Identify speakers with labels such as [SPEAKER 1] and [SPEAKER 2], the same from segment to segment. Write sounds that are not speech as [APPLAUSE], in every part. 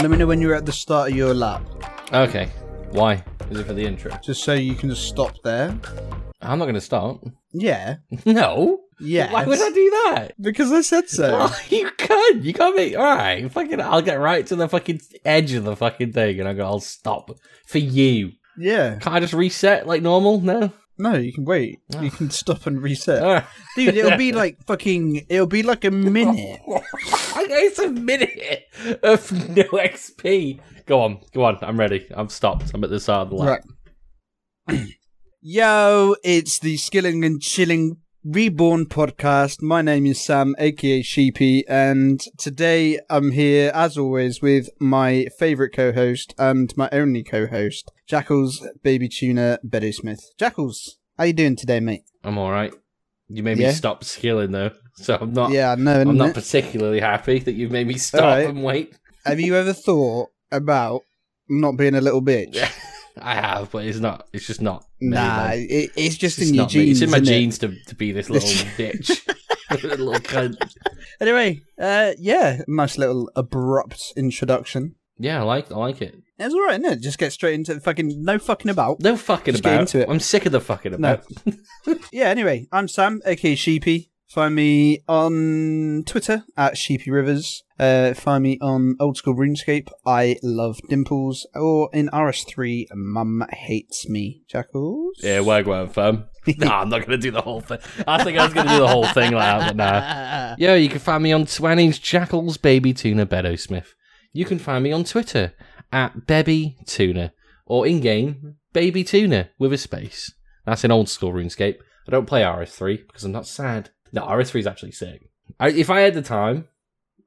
[SPEAKER 1] Let me know when you're at the start of your lap,
[SPEAKER 2] Okay. Why? Is it for the intro?
[SPEAKER 1] just so you can just stop there.
[SPEAKER 2] I'm not going to start. [LAUGHS]
[SPEAKER 1] Yeah,
[SPEAKER 2] No.
[SPEAKER 1] yeah.
[SPEAKER 2] Why would I do that? [LAUGHS]
[SPEAKER 1] Because I said so.
[SPEAKER 2] Oh, you could. You can't be. All right. Fucking. I'll get right to the fucking edge of the fucking thing, and I go. I'll stop for you.
[SPEAKER 1] yeah.
[SPEAKER 2] Can't I just reset like normal? No.
[SPEAKER 1] No, you can wait. You
[SPEAKER 2] Ah.
[SPEAKER 1] can stop and reset.
[SPEAKER 2] [LAUGHS] All right.
[SPEAKER 1] Dude, it'll be like fucking. It'll be like a minute.
[SPEAKER 2] it's a minute of [LAUGHS] no XP. Go on. Go on. I'm ready. I'm stopped. I'm at the start of the lap.
[SPEAKER 1] Right. [CLEARS THROAT] Yo, it's the Skilling and Chilling Reborn podcast. My name is Sam, aka Sheepy, and today I'm here, as always, with my favourite co host and my only co host, Jackals Baby Tuner Beddo Smith. Jackals, how you doing today, mate?
[SPEAKER 2] I'm all right. You made
[SPEAKER 1] Yeah?
[SPEAKER 2] me stop skilling though, so I'm not.
[SPEAKER 1] yeah, I know.
[SPEAKER 2] Uh, I'm
[SPEAKER 1] innit?
[SPEAKER 2] not particularly happy that you've made me stop
[SPEAKER 1] right.
[SPEAKER 2] and wait.
[SPEAKER 1] Have you ever thought about not being a little bitch?
[SPEAKER 2] I have, but it's not. It's just not. me,
[SPEAKER 1] nah,
[SPEAKER 2] man.
[SPEAKER 1] it, it's just
[SPEAKER 2] It's
[SPEAKER 1] in your
[SPEAKER 2] not me.
[SPEAKER 1] genes.
[SPEAKER 2] It's in my
[SPEAKER 1] innit?
[SPEAKER 2] genes to, to be
[SPEAKER 1] [LAUGHS]
[SPEAKER 2] this little bitch. [LAUGHS] little cunt.
[SPEAKER 1] Anyway, uh, yeah, nice little abrupt introduction.
[SPEAKER 2] Yeah, I like. I like it.
[SPEAKER 1] It's all right, isn't it? Just get straight into the fucking no fucking about.
[SPEAKER 2] No fucking
[SPEAKER 1] Just get
[SPEAKER 2] about.
[SPEAKER 1] into it.
[SPEAKER 2] I'm sick of the fucking
[SPEAKER 1] No.
[SPEAKER 2] about.
[SPEAKER 1] Yeah. Anyway, I'm Sam, aka Sheepy. Find me on Twitter at Sheepy Rivers. Uh, find me on Old School RuneScape. I love dimples. Or in RS3, Mum hates me. Jackals.
[SPEAKER 2] Yeah,
[SPEAKER 1] [LAUGHS]
[SPEAKER 2] wagwan firm. nah, I'm not gonna do the whole thing. I think I was gonna do the whole thing like that, but nah.
[SPEAKER 1] [LAUGHS]
[SPEAKER 2] Yo, you can find me on Twanny's Jackals Baby Tuna Beddo Smith. You can find me on Twitter at Bebby Tuna or in game Baby Tuna with a space. That's an old school RuneScape. I don't play RS3 because I'm not sad. No, RS3 is actually sick. I, if I had the time,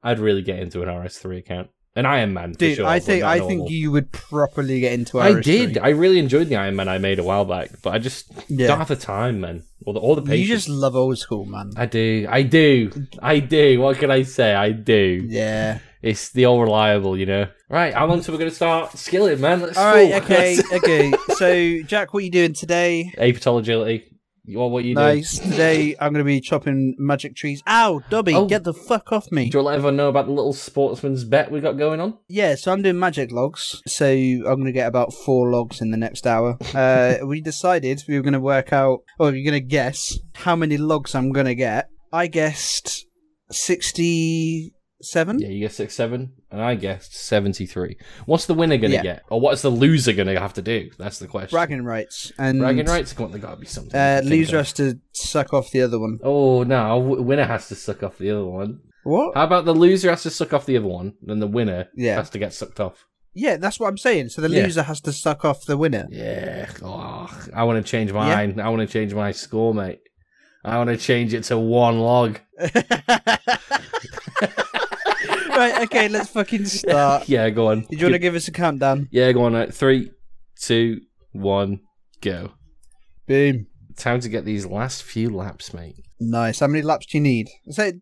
[SPEAKER 2] I'd really get into an RS3 account. An Iron Man, for
[SPEAKER 1] Dude,
[SPEAKER 2] sure.
[SPEAKER 1] I
[SPEAKER 2] but
[SPEAKER 1] think
[SPEAKER 2] not
[SPEAKER 1] I
[SPEAKER 2] normal.
[SPEAKER 1] think you would properly get into.
[SPEAKER 2] I
[SPEAKER 1] RS3.
[SPEAKER 2] did. I really enjoyed the Iron Man I made a while back, but I just
[SPEAKER 1] Yeah.
[SPEAKER 2] don't have the time, man, or the, or the
[SPEAKER 1] You
[SPEAKER 2] patience.
[SPEAKER 1] just love old school, man.
[SPEAKER 2] I do. I do. I do. What can I say? I do.
[SPEAKER 1] Yeah.
[SPEAKER 2] It's the all reliable, you know. Right, how long till we're gonna start skilling, man? Let's
[SPEAKER 1] All right.
[SPEAKER 2] talk. [LAUGHS]
[SPEAKER 1] Okay. okay. So, Jack, what are you doing today?
[SPEAKER 2] Apatol agility. You want what you
[SPEAKER 1] Nice.
[SPEAKER 2] do?
[SPEAKER 1] Today I'm going to be chopping magic trees. Ow, Dobby,
[SPEAKER 2] Oh.
[SPEAKER 1] get the fuck off me.
[SPEAKER 2] Do you want to let everyone know about the little sportsman's bet we got going on?
[SPEAKER 1] Yeah, so I'm doing magic logs. So I'm going to get about four logs in the next
[SPEAKER 2] [LAUGHS]
[SPEAKER 1] hour. Uh, we decided we were going to work out, or you're going to guess how many logs I'm going to get. I guessed 67.
[SPEAKER 2] Yeah, you guessed six seven, and I guessed seventy three. What's the winner gonna
[SPEAKER 1] Yeah.
[SPEAKER 2] get, or what's the loser gonna have to do? That's the question.
[SPEAKER 1] Bragging rights. And
[SPEAKER 2] Bragging rights. Come on, there gotta be something.
[SPEAKER 1] Uh,
[SPEAKER 2] to think
[SPEAKER 1] loser
[SPEAKER 2] of.
[SPEAKER 1] has to suck off the other one.
[SPEAKER 2] Oh no, w- winner has to suck off the other one.
[SPEAKER 1] What?
[SPEAKER 2] How about the loser has to suck off the other one, and the winner
[SPEAKER 1] Yeah.
[SPEAKER 2] has to get sucked off?
[SPEAKER 1] Yeah, that's what I'm saying. So the
[SPEAKER 2] Yeah.
[SPEAKER 1] loser has to suck off the winner. [LAUGHS]
[SPEAKER 2] Yeah. Oh, I want to change mine. I want to change my score, mate. I want to change it to one log.
[SPEAKER 1] right, okay, let's fucking start.
[SPEAKER 2] [LAUGHS] Yeah, go on.
[SPEAKER 1] Did you want to give us a countdown?
[SPEAKER 2] Yeah, go on. Mate. Three, two, one, go.
[SPEAKER 1] Boom.
[SPEAKER 2] Time to get these last few laps, mate.
[SPEAKER 1] Nice. How many laps do you need? So,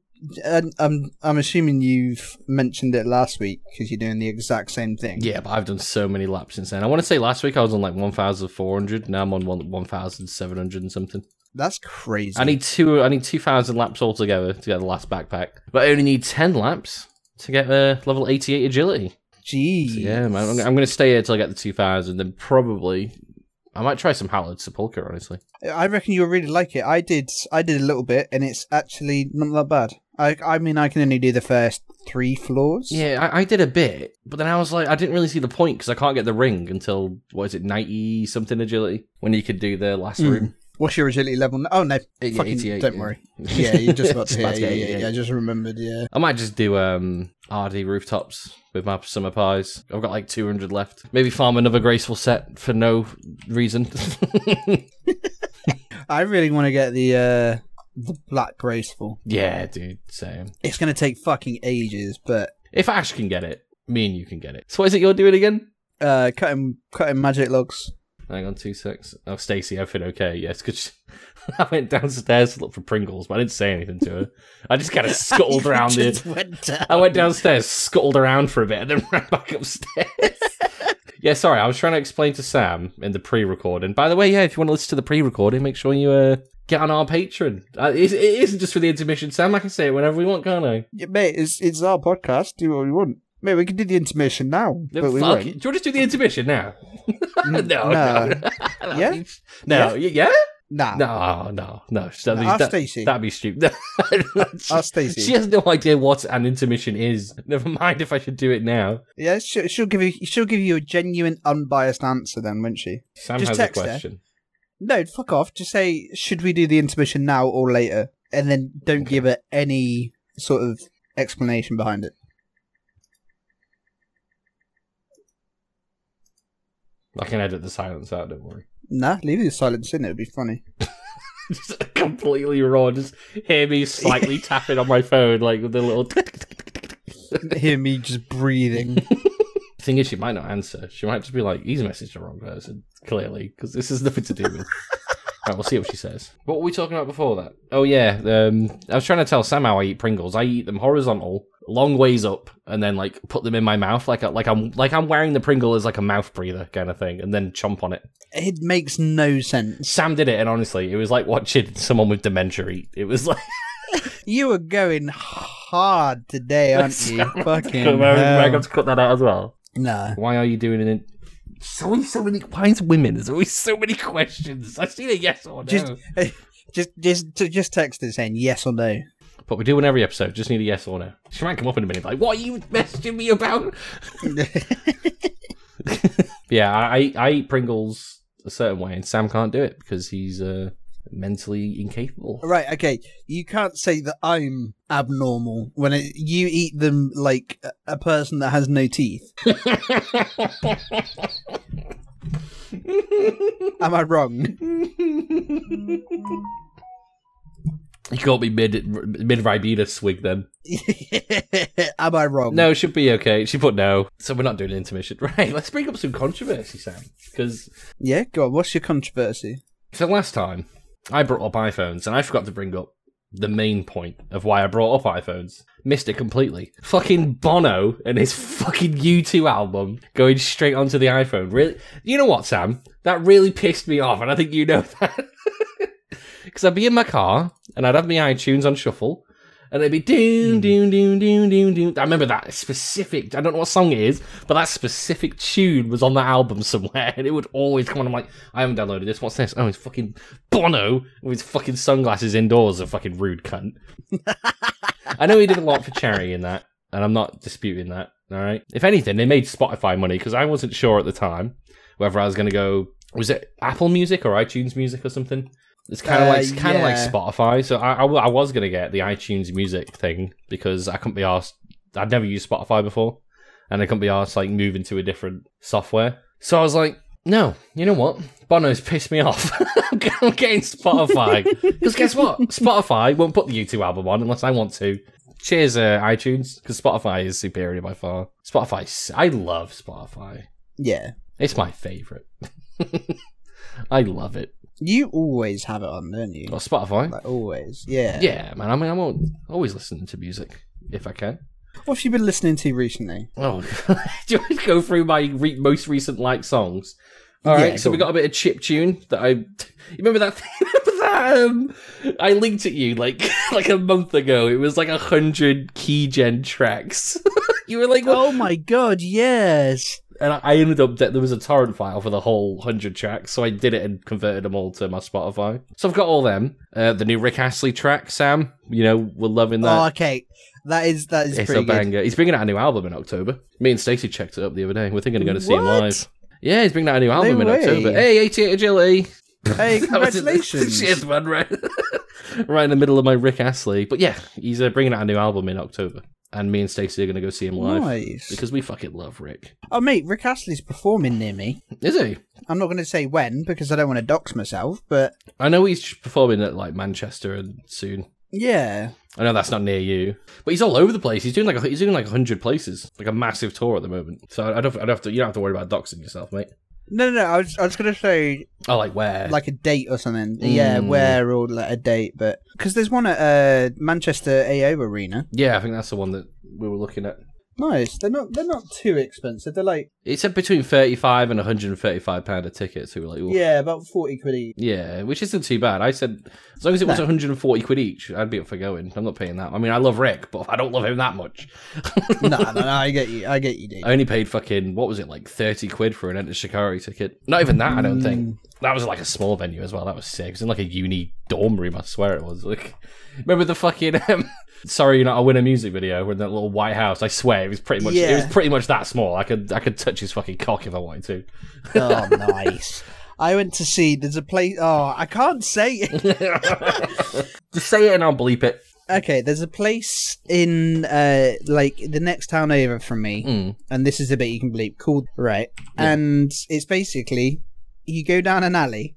[SPEAKER 1] uh, I'm I'm assuming you've mentioned it last week because you're doing the exact same thing.
[SPEAKER 2] Yeah, but I've done so many laps since then. I want to say last week I was on like 1,400. Now I'm on one- 1,700 and something.
[SPEAKER 1] That's crazy.
[SPEAKER 2] I need two. I need 2,000 laps altogether to get the last backpack. But I only need 10 laps to get uh, level 88 agility.
[SPEAKER 1] Jeez.
[SPEAKER 2] So, yeah, man, I'm, I'm going to stay here till I get the 2000, then probably I might try some Hallowed Sepulchre, honestly.
[SPEAKER 1] I reckon you'll really like it. I did. I did a little bit, and it's actually not that bad. I I mean, I can only do the first three floors.
[SPEAKER 2] Yeah, I, I did a bit, but then I was like, I didn't really see the point because I can't get the ring until, what is it, 90 something agility when you could do the last
[SPEAKER 1] Mm.
[SPEAKER 2] room.
[SPEAKER 1] What's your agility level? now? Oh no,
[SPEAKER 2] Yeah,
[SPEAKER 1] fucking,
[SPEAKER 2] 88,
[SPEAKER 1] don't
[SPEAKER 2] yeah.
[SPEAKER 1] worry. [LAUGHS] Yeah, you're just
[SPEAKER 2] [LAUGHS]
[SPEAKER 1] about to. yeah, yeah,
[SPEAKER 2] 88,
[SPEAKER 1] yeah, I just remembered. Yeah.
[SPEAKER 2] I might just do um RD rooftops with my summer pies. I've got like 200 left. Maybe farm another graceful set for no reason. [LAUGHS]
[SPEAKER 1] I really want to get the uh the black graceful.
[SPEAKER 2] yeah, dude, same.
[SPEAKER 1] It's gonna take fucking ages, but
[SPEAKER 2] If Ash can get it, me and you can get it. So what is it you're doing again?
[SPEAKER 1] uh cutting cutting magic logs.
[SPEAKER 2] Hang on, two secs. Oh, Stacey, everything okay? Yes, because [LAUGHS] I went downstairs to look for Pringles, but I didn't say anything to her. I just kind of
[SPEAKER 1] [LAUGHS]
[SPEAKER 2] scuttled around the.
[SPEAKER 1] Just went down.
[SPEAKER 2] I went downstairs, scuttled around for a bit, and then [LAUGHS] ran back upstairs. yeah, sorry, I was trying to explain to Sam in the pre-recording. By the way, yeah, if you want to listen to the pre-recording, make sure you uh, get on our Patreon. Uh, it, it isn't just for the intermission, Sam. I can say it whenever we want, can't I?
[SPEAKER 1] Yeah, mate, it's it's our podcast. Do what we want. Mate, we can do the intermission now,
[SPEAKER 2] The
[SPEAKER 1] but we
[SPEAKER 2] fuck? Do you
[SPEAKER 1] won't.
[SPEAKER 2] want to just do the intermission now? [LAUGHS] no,
[SPEAKER 1] nah.
[SPEAKER 2] no, no.
[SPEAKER 1] [LAUGHS] Yeah?
[SPEAKER 2] [LAUGHS] No, y- yeah?
[SPEAKER 1] Nah,
[SPEAKER 2] No, no, no. So
[SPEAKER 1] Nah, ask
[SPEAKER 2] that,
[SPEAKER 1] Stacey.
[SPEAKER 2] that'd be stupid. [LAUGHS]
[SPEAKER 1] ask Stacey.
[SPEAKER 2] she has no idea what an
[SPEAKER 1] [LAUGHS]
[SPEAKER 2] intermission is. Never mind if I should do it now.
[SPEAKER 1] yeah, she'll, she'll give you she'll give you a genuine, unbiased answer then, won't she?
[SPEAKER 2] Sam
[SPEAKER 1] Just
[SPEAKER 2] has
[SPEAKER 1] text
[SPEAKER 2] a
[SPEAKER 1] her.
[SPEAKER 2] question.
[SPEAKER 1] No, fuck off. Just say, should we do the intermission now or later? And then don't
[SPEAKER 2] Okay.
[SPEAKER 1] give her any sort of explanation behind it.
[SPEAKER 2] I can edit the silence out, don't worry. [LAUGHS]
[SPEAKER 1] Nah, leave the silence in. It'll be funny.
[SPEAKER 2] just completely raw. Just hear
[SPEAKER 1] [LAUGHS]
[SPEAKER 2] me slightly tapping on my phone, like with the little.
[SPEAKER 1] Hear me just breathing.
[SPEAKER 2] [LAUGHS] Thing is, she might not answer. She might just be like, "He's messaged the wrong person, clearly, because this has nothing to do with." right, we'll see what she says. What were we talking about before that? Oh yeah, um, I was trying to tell Sam how I eat Pringles. I eat them horizontal, long ways up, and then like put them in my mouth, like a, like I'm like I'm wearing the Pringle as like a mouth breather kind of thing, and then chomp on it.
[SPEAKER 1] it makes no sense.
[SPEAKER 2] Sam did it, and honestly, it was like watching [LAUGHS] someone with dementia eat. It was like.
[SPEAKER 1] You are going hard today, aren't you? Fucking
[SPEAKER 2] I
[SPEAKER 1] hell.
[SPEAKER 2] got to cut that out as well.
[SPEAKER 1] Nah.
[SPEAKER 2] Why are you doing it? In- There's always so many. Why is women? There's always so many questions. I've seen a yes or no.
[SPEAKER 1] Just, just, just, ju- just text her saying yes or no.
[SPEAKER 2] But we do in every episode. Just need a yes or no. She might come up in a minute. Like, what are you messaging me about? yeah, I, I I eat Pringles a certain way, and Sam can't do it because he's uh, mentally incapable. [LAUGHS]
[SPEAKER 1] right. Okay. You can't say that I'm abnormal when it, you eat them like a- a person that has no teeth. Am I wrong? [LAUGHS]
[SPEAKER 2] You can't be mid mid ribena swig then.
[SPEAKER 1] Am I wrong?
[SPEAKER 2] No, should be okay. She put no. So we're not doing an intermission. [LAUGHS] Right, let's bring up some controversy, Sam. Because
[SPEAKER 1] Yeah, go on. What's your controversy?
[SPEAKER 2] so last time I brought up iPhones and I forgot to bring up the main point of why I brought up iPhones. Missed it completely. Fucking Bono and his fucking U2 album going straight onto the iPhone. Really? You know what, Sam? That really pissed me off, and I think you know [LAUGHS] that. Because I'd be in my car and I'd have my iTunes on shuffle, and it'd be doom, doom, doom, doom, doom, doom. I remember that specific, I don't know what song it is, but that specific tune was on that album somewhere, [LAUGHS] and it would always come on. I'm like, I haven't downloaded this, what's this? Oh, it's fucking Bono with his fucking sunglasses indoors, a fucking rude cunt. I know he did a lot for charity in that, and I'm not disputing that, alright? If anything, they made Spotify money, because I wasn't sure at the time whether I was going to go, was it Apple Music or iTunes Music or something? It's kind of
[SPEAKER 1] Uh,
[SPEAKER 2] like it's kind of like
[SPEAKER 1] yeah.
[SPEAKER 2] Spotify. So I, I w- I was gonna get the iTunes Music thing because I couldn't be asked. I'd never used Spotify before, and I couldn't be asked like moving to a different software. So I was like, no, you know what? Bono's pissed me off. [LAUGHS] I'm g- I'm getting Spotify because guess what? Spotify won't put the U2 album on unless I want to. Cheers, uh, iTunes, because Spotify is superior by far. Spotify, I love Spotify.
[SPEAKER 1] Yeah,
[SPEAKER 2] It's my favorite. [LAUGHS] I love it.
[SPEAKER 1] you always have it on, don't you?
[SPEAKER 2] Well, Spotify.
[SPEAKER 1] Like always. Yeah.
[SPEAKER 2] Oh. Yeah, man. I mean, I'm al- always listening to music if I can.
[SPEAKER 1] What have you been listening to recently?
[SPEAKER 2] Oh, [LAUGHS] do you want me to go through my re- most recent like songs? All right,
[SPEAKER 1] Yeah,
[SPEAKER 2] so
[SPEAKER 1] go
[SPEAKER 2] we got a bit of chip tune that I [LAUGHS] you remember that thing [LAUGHS] that um, I linked at you like [LAUGHS] like a month ago. It was like a hundred key gen tracks. [LAUGHS] you were like,
[SPEAKER 1] Oh my god, yes.
[SPEAKER 2] and I- I ended up that there was a torrent file for the whole hundred tracks, so I did it and converted them all to my Spotify. So I've got all them. Uh, the new Rick Astley track, Sam. You know, we're loving that.
[SPEAKER 1] Oh, okay. That is that is
[SPEAKER 2] It's
[SPEAKER 1] pretty
[SPEAKER 2] a
[SPEAKER 1] good.
[SPEAKER 2] banger. He's bringing out a new album in October. Me and Stacey checked it up the other day. We're thinking of going to see him
[SPEAKER 1] What?
[SPEAKER 2] live. Yeah, he's bringing out a new album in
[SPEAKER 1] way.
[SPEAKER 2] October. Hey, 88 Agility.
[SPEAKER 1] Hey,
[SPEAKER 2] E. [LAUGHS] That was it. [LAUGHS]
[SPEAKER 1] congratulations.
[SPEAKER 2] Cheers, man. Right, right in the middle of my Rick Astley. But yeah, he's uh, bringing out a new album in October. And me and Stacey are going to go see him live.
[SPEAKER 1] Nice.
[SPEAKER 2] Because we fucking love Rick.
[SPEAKER 1] Oh mate, Rick Astley's performing near me.
[SPEAKER 2] Is he?
[SPEAKER 1] I'm not going to say when because I don't want to dox myself, but
[SPEAKER 2] I know he's performing at like Manchester and soon.
[SPEAKER 1] yeah.
[SPEAKER 2] I know that's not near you, but he's all over the place. He's doing like a, he's doing like hundred places, like a massive tour at the moment. So I don't, I don't have to. You don't have to worry about doxing yourself, mate.
[SPEAKER 1] No, no, no. I was, I was going to say
[SPEAKER 2] Oh, like where?
[SPEAKER 1] like a date or something. Yeah,
[SPEAKER 2] Mm.
[SPEAKER 1] where or like a date, but because there's one at uh, Manchester AO Arena.
[SPEAKER 2] yeah, I think that's the one that we were looking at.
[SPEAKER 1] Nice. They're not. They're not too expensive. They're like
[SPEAKER 2] It said between thirty-five and one hundred and thirty-five pound a ticket. So we were like, "Ooh."
[SPEAKER 1] yeah, about forty quid
[SPEAKER 2] [LAUGHS]
[SPEAKER 1] each.
[SPEAKER 2] yeah, which isn't too bad. I said as long as it was one hundred and forty quid each, I'd be up for going. I'm not paying that. I mean, I love Rick, but I don't love him that much.
[SPEAKER 1] no, no, no. I get you. I get you,
[SPEAKER 2] [LAUGHS]
[SPEAKER 1] dude.
[SPEAKER 2] I only paid fucking what was it like thirty quid for an Enter Shikari ticket? Not even that. I don't think that was like a small venue as well. That was sick. It was in like a uni dorm room. I swear it was. Like, remember the fucking [LAUGHS] um, sorry you're not a winner music video with that little White House? I swear it was pretty much it was
[SPEAKER 1] Yeah.
[SPEAKER 2] pretty much that small. I could I could touch his fucking cock if I wanted to.
[SPEAKER 1] oh, nice. I went to see. There's a place. Oh, I can't say. it.
[SPEAKER 2] [LAUGHS] Just say it and I'll bleep it.
[SPEAKER 1] okay, there's a place in uh like the next town over from me,
[SPEAKER 2] Mm.
[SPEAKER 1] and this is the bit you can bleep. Called right, and it's basically you go down an alley,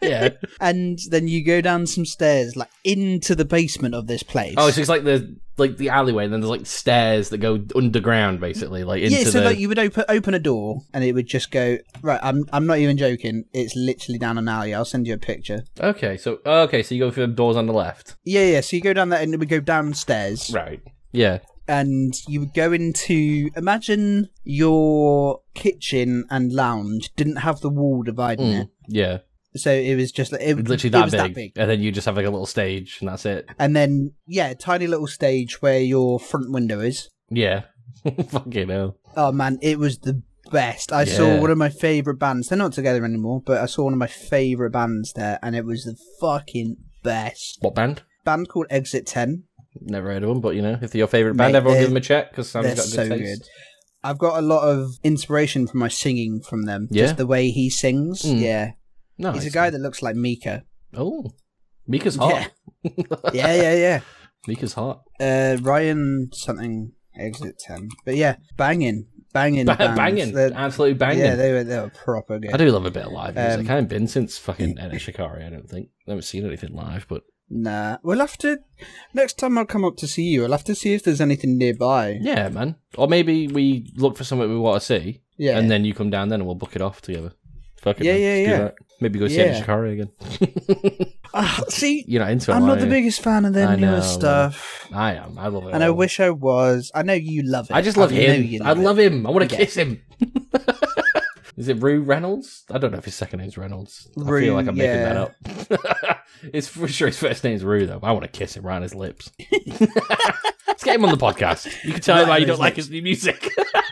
[SPEAKER 2] Yeah.
[SPEAKER 1] and then you go down some stairs like into the basement of this place.
[SPEAKER 2] Oh, so it's like the like the alleyway, and then there's like stairs that go underground, basically, like into
[SPEAKER 1] yeah, so
[SPEAKER 2] the.
[SPEAKER 1] like you would open open a door and it would just go right. I'm I'm not even joking. It's literally down an alley. I'll send you a picture.
[SPEAKER 2] Okay, so okay, so you go through the doors on the left.
[SPEAKER 1] Yeah, yeah. So you go down that and it would go downstairs.
[SPEAKER 2] Right. Yeah.
[SPEAKER 1] and you would go into imagine your kitchen and lounge didn't have the wall dividing
[SPEAKER 2] Mm. Yeah.
[SPEAKER 1] it, so it was just like it,
[SPEAKER 2] It's literally
[SPEAKER 1] it
[SPEAKER 2] that
[SPEAKER 1] was
[SPEAKER 2] big,
[SPEAKER 1] that big.
[SPEAKER 2] and then you just have like a little stage, and that's it.
[SPEAKER 1] And then yeah, tiny little stage where your front window is.
[SPEAKER 2] Yeah, [LAUGHS] fucking hell.
[SPEAKER 1] Oh man, it was the best. I
[SPEAKER 2] Yeah.
[SPEAKER 1] saw one of my favorite bands. They're not together anymore, but I saw one of my favorite bands there, and it was the fucking best
[SPEAKER 2] What band?
[SPEAKER 1] band called Exit Ten.
[SPEAKER 2] Never heard of them, but you know, if they're your favorite band,
[SPEAKER 1] Mate,
[SPEAKER 2] everyone give
[SPEAKER 1] they're-
[SPEAKER 2] them a check because Sam's
[SPEAKER 1] they're
[SPEAKER 2] got good
[SPEAKER 1] so
[SPEAKER 2] taste.
[SPEAKER 1] I've got a lot of inspiration from my singing from them.
[SPEAKER 2] Yeah?
[SPEAKER 1] Just the way he sings.
[SPEAKER 2] Mm.
[SPEAKER 1] Yeah.
[SPEAKER 2] No,
[SPEAKER 1] He's a guy that looks like Mika.
[SPEAKER 2] Oh, Mika's hot.
[SPEAKER 1] yeah, yeah, yeah.
[SPEAKER 2] Mika's hot.
[SPEAKER 1] Uh, Ryan something exit ten, but yeah, banging, banging,
[SPEAKER 2] Ba-
[SPEAKER 1] bands.
[SPEAKER 2] banging,
[SPEAKER 1] They're-
[SPEAKER 2] absolutely banging.
[SPEAKER 1] Yeah, they were they were proper good.
[SPEAKER 2] I do love a bit of live music.
[SPEAKER 1] Um,
[SPEAKER 2] I haven't been since fucking Anna Shikari. I don't think. I haven't seen anything live, but
[SPEAKER 1] Nah, we'll have to next time I'll come up to see you. I'll have to see if there's anything nearby.
[SPEAKER 2] yeah, man. Or maybe we look for something we want to see,
[SPEAKER 1] Yeah,
[SPEAKER 2] and then you come down then, and we'll book it off together. Fuck it,
[SPEAKER 1] Yeah,
[SPEAKER 2] man.
[SPEAKER 1] yeah,
[SPEAKER 2] Let's do
[SPEAKER 1] yeah.
[SPEAKER 2] that. Maybe go see
[SPEAKER 1] Yeah.
[SPEAKER 2] Anna Shikari again.
[SPEAKER 1] Ah, see,
[SPEAKER 2] [LAUGHS] You're not into it,
[SPEAKER 1] I'm
[SPEAKER 2] are
[SPEAKER 1] not the
[SPEAKER 2] you?
[SPEAKER 1] biggest fan of their
[SPEAKER 2] I
[SPEAKER 1] newer
[SPEAKER 2] know,
[SPEAKER 1] stuff,
[SPEAKER 2] I am. I love it.
[SPEAKER 1] and I
[SPEAKER 2] all.
[SPEAKER 1] wish I was. I know you love it.
[SPEAKER 2] I just love
[SPEAKER 1] know you
[SPEAKER 2] him. I
[SPEAKER 1] it.
[SPEAKER 2] love him. I want to
[SPEAKER 1] Yeah.
[SPEAKER 2] kiss him. [LAUGHS] Is it Rue Reynolds? I don't know if his second name's Reynolds. I
[SPEAKER 1] Rue,
[SPEAKER 2] feel like I'm
[SPEAKER 1] yeah.
[SPEAKER 2] making that up. [LAUGHS] it's for sure his first name's Rue though. I want to kiss him right on his
[SPEAKER 1] [LAUGHS]
[SPEAKER 2] lips. Let's get him on the podcast. You can tell
[SPEAKER 1] Right
[SPEAKER 2] him how
[SPEAKER 1] on
[SPEAKER 2] you
[SPEAKER 1] his
[SPEAKER 2] don't like
[SPEAKER 1] lips.
[SPEAKER 2] his new music. [LAUGHS]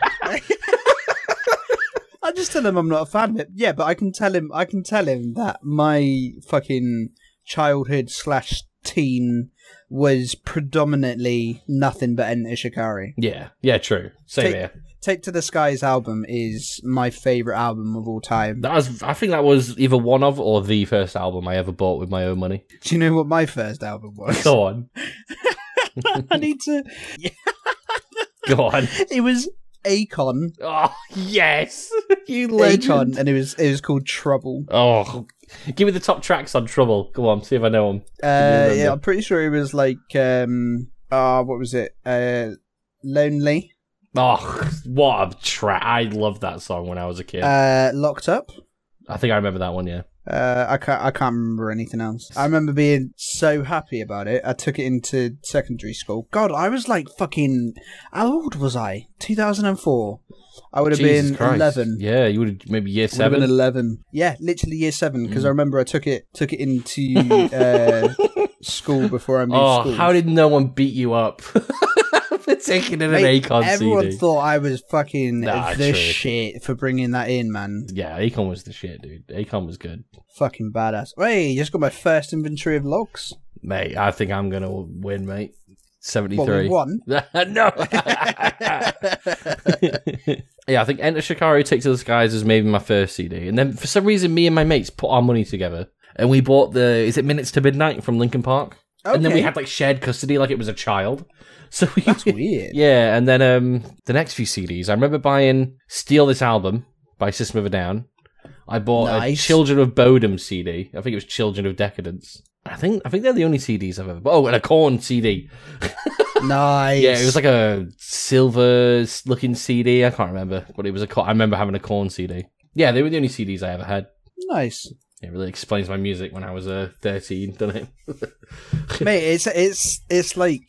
[SPEAKER 1] I just tell him I'm not a fan of it. Yeah, but I can tell him. I can tell him that my fucking childhood slash teen was predominantly nothing but Enter Shikari.
[SPEAKER 2] yeah, yeah, true. Same
[SPEAKER 1] Take-
[SPEAKER 2] here.
[SPEAKER 1] Take to the Skies album is my favorite album of all time.
[SPEAKER 2] That was, I think that was either one of or the first album I ever bought with my own money.
[SPEAKER 1] Do you know what my first album
[SPEAKER 2] [LAUGHS]
[SPEAKER 1] was?
[SPEAKER 2] Go on,
[SPEAKER 1] [LAUGHS] I need to.
[SPEAKER 2] go on.
[SPEAKER 1] It was Akon,
[SPEAKER 2] [LAUGHS] Oh yes, you
[SPEAKER 1] Akon,
[SPEAKER 2] legend.
[SPEAKER 1] and it was it was called Trouble.
[SPEAKER 2] Oh, give me the top tracks on Trouble. Go on, see if I know them.
[SPEAKER 1] Uh,
[SPEAKER 2] remember?
[SPEAKER 1] yeah, I'm pretty sure it was like um, ah, what was it? Uh, Lonely,
[SPEAKER 2] Oh, what a track! I loved that song when I was a kid.
[SPEAKER 1] uh, Locked Up.
[SPEAKER 2] I think I remember that one. Yeah,
[SPEAKER 1] Uh, I can't. I can't remember anything else. I remember being so happy about it. I took it into secondary school. God, I was like fucking. How old was I? Two thousand and four. I would have
[SPEAKER 2] Jesus
[SPEAKER 1] been
[SPEAKER 2] Christ.
[SPEAKER 1] eleven.
[SPEAKER 2] Yeah, you would have maybe year
[SPEAKER 1] Would have been
[SPEAKER 2] seven. Mm.
[SPEAKER 1] eleven. Yeah, literally year seven. Because I remember I took it took it
[SPEAKER 2] [LAUGHS]
[SPEAKER 1] into uh, school before I moved
[SPEAKER 2] oh,
[SPEAKER 1] school.
[SPEAKER 2] how did no one beat you up [LAUGHS] for taking in an
[SPEAKER 1] Mate,
[SPEAKER 2] Akon
[SPEAKER 1] everyone
[SPEAKER 2] CD?
[SPEAKER 1] thought I was fucking
[SPEAKER 2] Nah,
[SPEAKER 1] the
[SPEAKER 2] true.
[SPEAKER 1] shit for bringing that in, man.
[SPEAKER 2] yeah, Akon was the shit, dude. Akon was good,
[SPEAKER 1] Fucking badass. Hey, just got my first inventory of logs.
[SPEAKER 2] mate. I think I'm gonna win, mate.
[SPEAKER 1] What we
[SPEAKER 2] Seventy-three.
[SPEAKER 1] won. [LAUGHS]
[SPEAKER 2] no. [LAUGHS] yeah, I think Enter Shikari Take to the Skies is maybe my first CD. And then for some reason, me and my mates put our money together and we bought the, is it Minutes to Midnight from Linkin Park? And then we
[SPEAKER 1] Okay.
[SPEAKER 2] had like shared custody like it was a child. [LAUGHS] So we,
[SPEAKER 1] That's weird.
[SPEAKER 2] yeah, and then um, the next few CDs, I remember buying Steal This Album by System of a Down. I bought a
[SPEAKER 1] Nice.
[SPEAKER 2] Children of Bodom CD. I think it was Children of Decadence. I think I think they're the only CDs I've ever. Oh, and a Corn CD.
[SPEAKER 1] Nice.
[SPEAKER 2] Yeah, it was like a silver looking CD. I can't remember, but it was a. co- I remember having a corn CD. Yeah, they were the only CDs I ever had.
[SPEAKER 1] nice,
[SPEAKER 2] [LAUGHS] It really explains my music when I was uh, 13, doesn't it?
[SPEAKER 1] mate. It's it's it's like